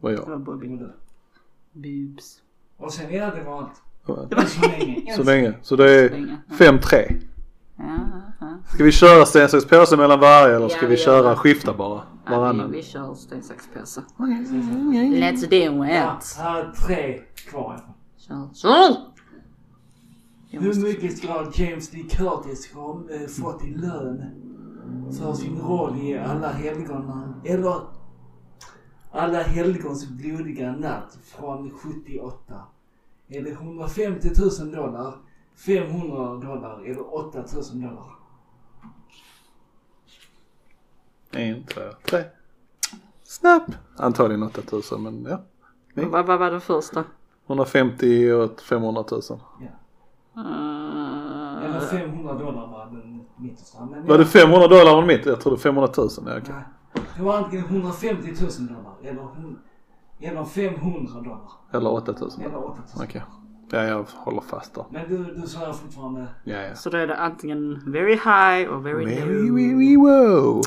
Speaker 1: Var
Speaker 2: Det
Speaker 1: jag.
Speaker 2: var
Speaker 3: det
Speaker 2: Bobby.
Speaker 3: var du.
Speaker 2: Bubs.
Speaker 3: Och sen ja, det var allt.
Speaker 1: Ja.
Speaker 3: Än så länge.
Speaker 1: Så länge. Så det är
Speaker 2: Så länge, ja.
Speaker 1: 5-3.
Speaker 2: Ja, ja.
Speaker 1: Ska vi köra sten, sax, påse mellan varje eller
Speaker 2: Ja,
Speaker 1: ska
Speaker 2: vi
Speaker 1: vi
Speaker 2: gör
Speaker 1: köra
Speaker 2: det.
Speaker 1: skifta bara?
Speaker 2: Ja, vi, vi
Speaker 1: Varannan?
Speaker 2: kör sten, sax, påse. Let's do
Speaker 3: Ja,
Speaker 2: it.
Speaker 3: här är tre kvar i alla
Speaker 2: Kör.
Speaker 3: fall.
Speaker 2: Kör. Jag
Speaker 3: Hur
Speaker 2: måste...
Speaker 3: mycket ska James D. Curtis ha eh, fått i lön för sin roll i Alla helgon, eller Alla helgons blodiga natt från 78? Är det 150 000 dollar, 500 dollar eller 8 000 dollar?
Speaker 1: En, två, tre. Snabbt! Antagligen 8000 men ja.
Speaker 2: Vad vad var det första?
Speaker 1: 150 och 500 000.
Speaker 3: Ja.
Speaker 2: Eh,
Speaker 3: Eller 500 dollar var den mittersta. Men
Speaker 1: Var det 500 dollar var mitt? Jag trodde 500 000. Ja, okej.
Speaker 3: Nej. Det var antingen 150 000 dollar eller, hon- eller 500 dollar
Speaker 1: Eller 8000.
Speaker 3: eller 8 000.
Speaker 1: Okej. Ja, jag håller fast där.
Speaker 3: Men du, du svär fortfarande.
Speaker 1: Ja, ja.
Speaker 2: Så då är det antingen very high och very
Speaker 1: Very,
Speaker 2: low.
Speaker 1: very wow.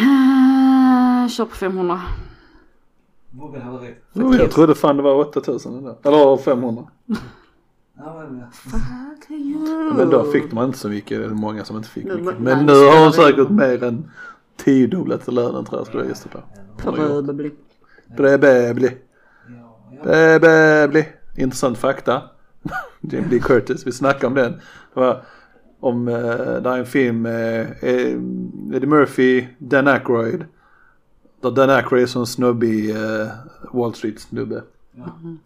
Speaker 2: Ah, Kör på 500.
Speaker 3: Bobbe hade rätt.
Speaker 1: Jag trodde fan det var 8000 ändå. Eller 500.
Speaker 3: Ja, men, ja.
Speaker 2: Fuck you.
Speaker 1: Men då fick man inte så mycket. Det är många som inte fick
Speaker 2: Men-
Speaker 1: mycket. Men
Speaker 2: nej,
Speaker 1: Mm. nu
Speaker 2: det spelar
Speaker 1: har hon
Speaker 2: väl ingen
Speaker 1: säkert mer än tiodubblat lönen tror jag skulle jag gissa på.
Speaker 2: Probably.
Speaker 1: Brebebli.
Speaker 3: ja, ja.
Speaker 1: Bebebli. Eh, Intressant fakta. Jim Lee Curtis, vi snackade om den. Det var om, eh, det här är en film med eh, Eddie Murphy, Dan Aykroyd. Där Dan Aykroyd är som en snubbig eh, Wall Street-snubbe.
Speaker 3: Ja.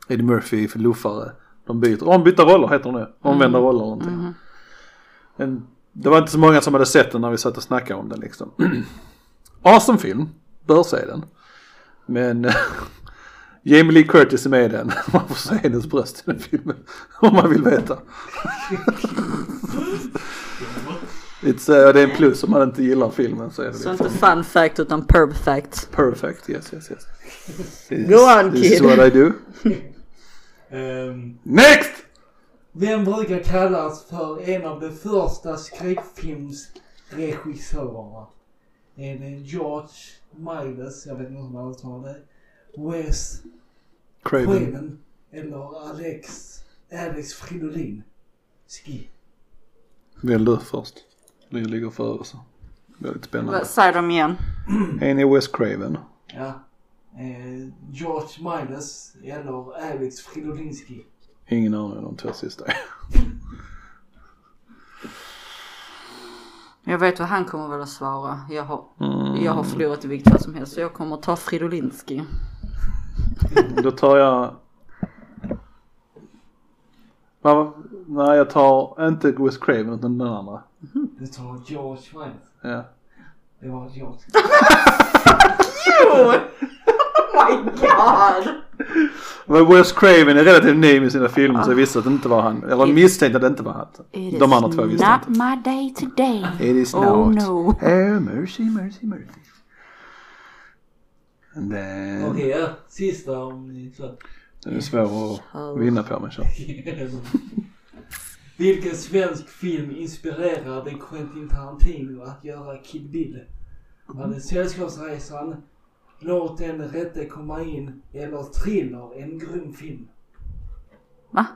Speaker 1: Eddie Murphy är luffare. De byter, ombytta roller heter det nu. Omvända roller och någonting. En, det var inte så många som hade sett den när vi satt och snackade om den liksom. awesome film, bör se den. Men Jamie Lee Curtis är med i den. Man får se hennes bröst i den filmen. Om man vill veta. It's, eh, det är en plus om man inte gillar filmen så är det
Speaker 2: Så
Speaker 1: liksom.
Speaker 2: inte fun fact utan perb fact.
Speaker 1: Perfect, yes yes yes. This,
Speaker 2: Go on,
Speaker 1: this is
Speaker 2: kid.
Speaker 1: what I do.
Speaker 3: Ehm,
Speaker 1: Next!
Speaker 3: vem brukar kallas för en av de första skräckfilmsregissörerna? Är det George Miles, jag vet inte hur man uttalar det, Wes
Speaker 1: Craven.
Speaker 3: Craven eller Alex, Alex Fridolin? Ski.
Speaker 1: Välj du först. Det ligger före så. Väldigt spännande.
Speaker 2: Vad säger de igen?
Speaker 1: En är Wes Craven.
Speaker 3: Ja. Eh, George Miles eller Alex Fridolinski.
Speaker 1: Ingen aning om de två sista är.
Speaker 2: Jag vet vad han kommer väl att svara. Jag har,
Speaker 1: Mm.
Speaker 2: jag har förlorat i vikt vad som helst så jag kommer ta Fridolinski.
Speaker 1: Då tar jag... Va- Nej, jag tar inte Wes Craven utan den andra.
Speaker 3: Du tar George Miles.
Speaker 1: Ja.
Speaker 3: Det var George.
Speaker 2: Oh my god!
Speaker 1: Men Wes Craven är relativt ny med sina filmer så jag visste att det inte var han. Eller misstänkte att det inte var han.
Speaker 2: It
Speaker 1: De
Speaker 2: is
Speaker 1: andra två visste jag
Speaker 2: not
Speaker 1: inte.
Speaker 2: my day today.
Speaker 1: It is
Speaker 2: Oh
Speaker 1: not.
Speaker 2: no.
Speaker 1: Oh mercy, mercy, mercy. And then...
Speaker 3: Okej, ja. Sista om ni kör.
Speaker 1: Den är svår att vinna på men kör.
Speaker 3: Vilken svensk film inspirerade Quentin Tarantino att göra Kid Bill? Var det Sällskapsresan, Låt den rätte komma in eller Thriller, en grym film?
Speaker 1: Va?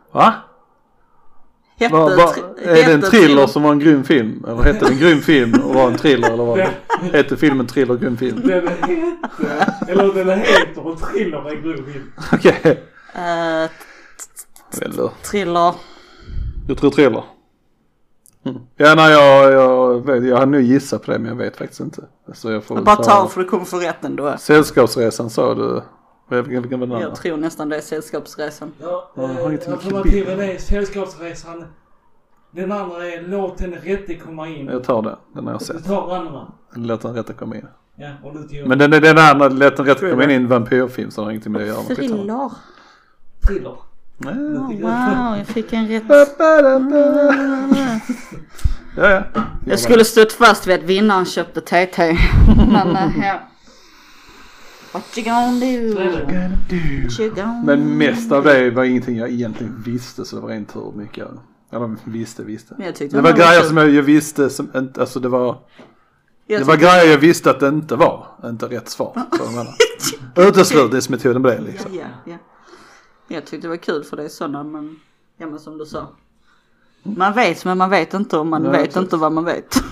Speaker 2: Hette,
Speaker 1: Va, va,
Speaker 2: tri-
Speaker 1: är det en
Speaker 2: hette
Speaker 1: thriller som var en grym film? Eller hette det en grym film och var en thriller? Eller vad? Hette filmen Thriller och grym film?
Speaker 3: Den hette, eller den heter Thriller, en grym film.
Speaker 1: Okej.
Speaker 2: Eh,
Speaker 1: Väl då.
Speaker 2: thriller.
Speaker 1: Du tror thriller? Mm. Ja, nej, jag, jag, vet, jag hade nu gissat på det men jag vet faktiskt inte. Så jag får väl
Speaker 2: Bara ta för du kommer få rätt ändå.
Speaker 1: Sällskapsresan sa du. Vilken vilken var den andra?
Speaker 2: Jag tror nästan det är Sällskapsresan.
Speaker 3: Ja,
Speaker 1: Ja, det har ingenting
Speaker 3: eh,
Speaker 1: med
Speaker 3: alternativen
Speaker 1: Kid Bill.
Speaker 3: är Sällskapsresan. Den andra är Låt den rätte komma in.
Speaker 1: Jag tar den. Den har jag
Speaker 3: Du
Speaker 1: sett.
Speaker 3: tar andra.
Speaker 1: Lät den rätta komma in.
Speaker 3: Ja, och du till
Speaker 1: Men den, den andra, Lät den rätta komma in är en vampyrfilm så den har ingenting med det att göra. men skitsamma.
Speaker 2: Thriller.
Speaker 3: thriller.
Speaker 1: Nej.
Speaker 3: Du tycker-
Speaker 2: Wow, jag fick en rätt.
Speaker 1: Ja, ja.
Speaker 2: Jag skulle stått fast vid att vinnaren köpte TT. Men eh, ja. What you gonna do? What you gonna...
Speaker 1: Men mest av det var ingenting jag egentligen visste så det var en tur mycket. av det. Eller visste, visste.
Speaker 2: Men jag tyckte
Speaker 1: Det var grejer som jag, jag visste som inte, alltså det var,
Speaker 2: jag
Speaker 1: det var grejer jag visste att det inte var, inte rätt svar. så jag menar. Uteslutningsmetoden blev liksom.
Speaker 2: Ja, ja. Jag tyckte det var kul för det är sådana men, ja men som du sa. Man vet men man vet inte och man
Speaker 1: Nej,
Speaker 2: vet
Speaker 1: precis.
Speaker 2: inte vad man vet.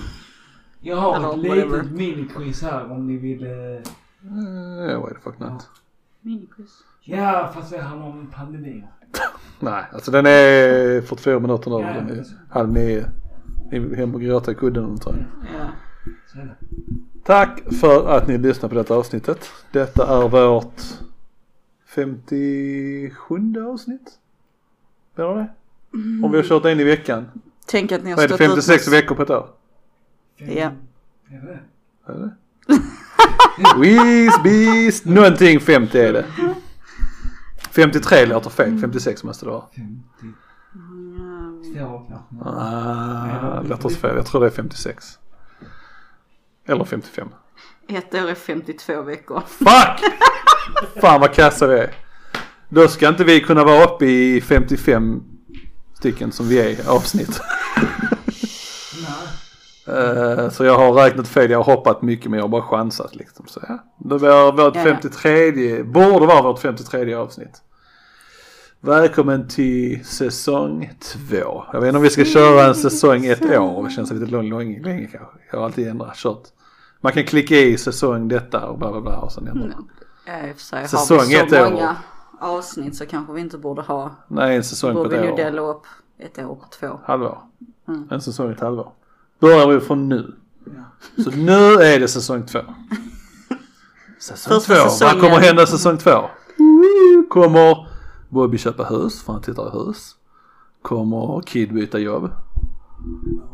Speaker 3: Jag har
Speaker 2: Eller
Speaker 3: ett
Speaker 2: whatever.
Speaker 3: litet typ miniquiz här om ni vill... eh,
Speaker 1: Eh, what the fuck not.
Speaker 3: Ja, fast det handlar om pandemin.
Speaker 1: Nej, alltså den är 44 minuter nu. Den är
Speaker 3: precis.
Speaker 1: halv nio. Ni vill hem och gråta i kudden antar jag.
Speaker 2: Ja.
Speaker 3: Så är det.
Speaker 1: Tack för att ni lyssnar på detta avsnittet. Detta är vårt 57 avsnitt. Blir det det? Om vi har kört en i veckan.
Speaker 2: Tänk att ni har
Speaker 1: Vad är det
Speaker 2: stått ut
Speaker 1: 56 veckor på ett år?
Speaker 2: Ja.
Speaker 3: Är det?
Speaker 1: Är det det? Whiz, beast, någonting 50 är det. 53 låter fel, 56 måste det vara.
Speaker 3: 50. Står typ. kanske.
Speaker 1: Ah, det låter så fel, jag tror det är 56. Eller 55.
Speaker 2: Ett år är 52 veckor.
Speaker 1: Fuck! Fan vad kassa vi är. Då ska inte vi kunna vara uppe i 55 stycken som vi är avsnitt. Eh, Så jag har räknat fel, jag har hoppat mycket men jag har bara chansat liksom. Så, ja. Det var vårt
Speaker 2: Ja, ja.
Speaker 1: 53, borde vara vårt 53 avsnitt. Välkommen till säsong två. Jag vet inte om vi ska köra en säsong ett år, det känns lite lång, lång, länge kanske. Jag har alltid ändrat, kört. Man kan klicka i säsong detta och bla bla bla och sen ändrar
Speaker 2: Mm.
Speaker 1: man.
Speaker 2: Ja, i och för sig,
Speaker 1: Säsong
Speaker 2: har vi
Speaker 1: ett
Speaker 2: så
Speaker 1: år.
Speaker 2: många avsnitt så kanske vi inte borde ha.
Speaker 1: Nej, en säsong på
Speaker 2: Borde vi
Speaker 1: ett
Speaker 2: nu
Speaker 1: år.
Speaker 2: dela upp ett år på två.
Speaker 1: Halvår.
Speaker 2: Mm.
Speaker 1: En säsong ett halvår. Börjar vi från nu. Så nu är det säsong två. Säsong
Speaker 2: Första
Speaker 1: två.
Speaker 2: säsongen.
Speaker 1: Vad kommer hända säsong två? Kommer Bobby köpa hus för han tittar i hus? Kommer Kid byta jobb?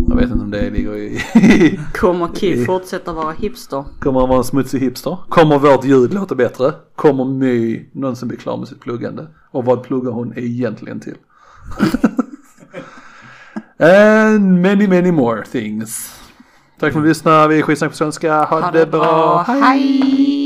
Speaker 1: Jag vet inte om det ligger i...
Speaker 2: Kommer Kid fortsätta vara hipster?
Speaker 1: Kommer han vara en smutsig hipster? Kommer vårt ljud låta bättre? Kommer My någonsin bli klar med sitt pluggande? Och vad pluggar hon egentligen till? And many, many more things. Tack för att ni lyssnade. Vi är Skitsnack på svenska. Ha, det bra.
Speaker 2: Hej!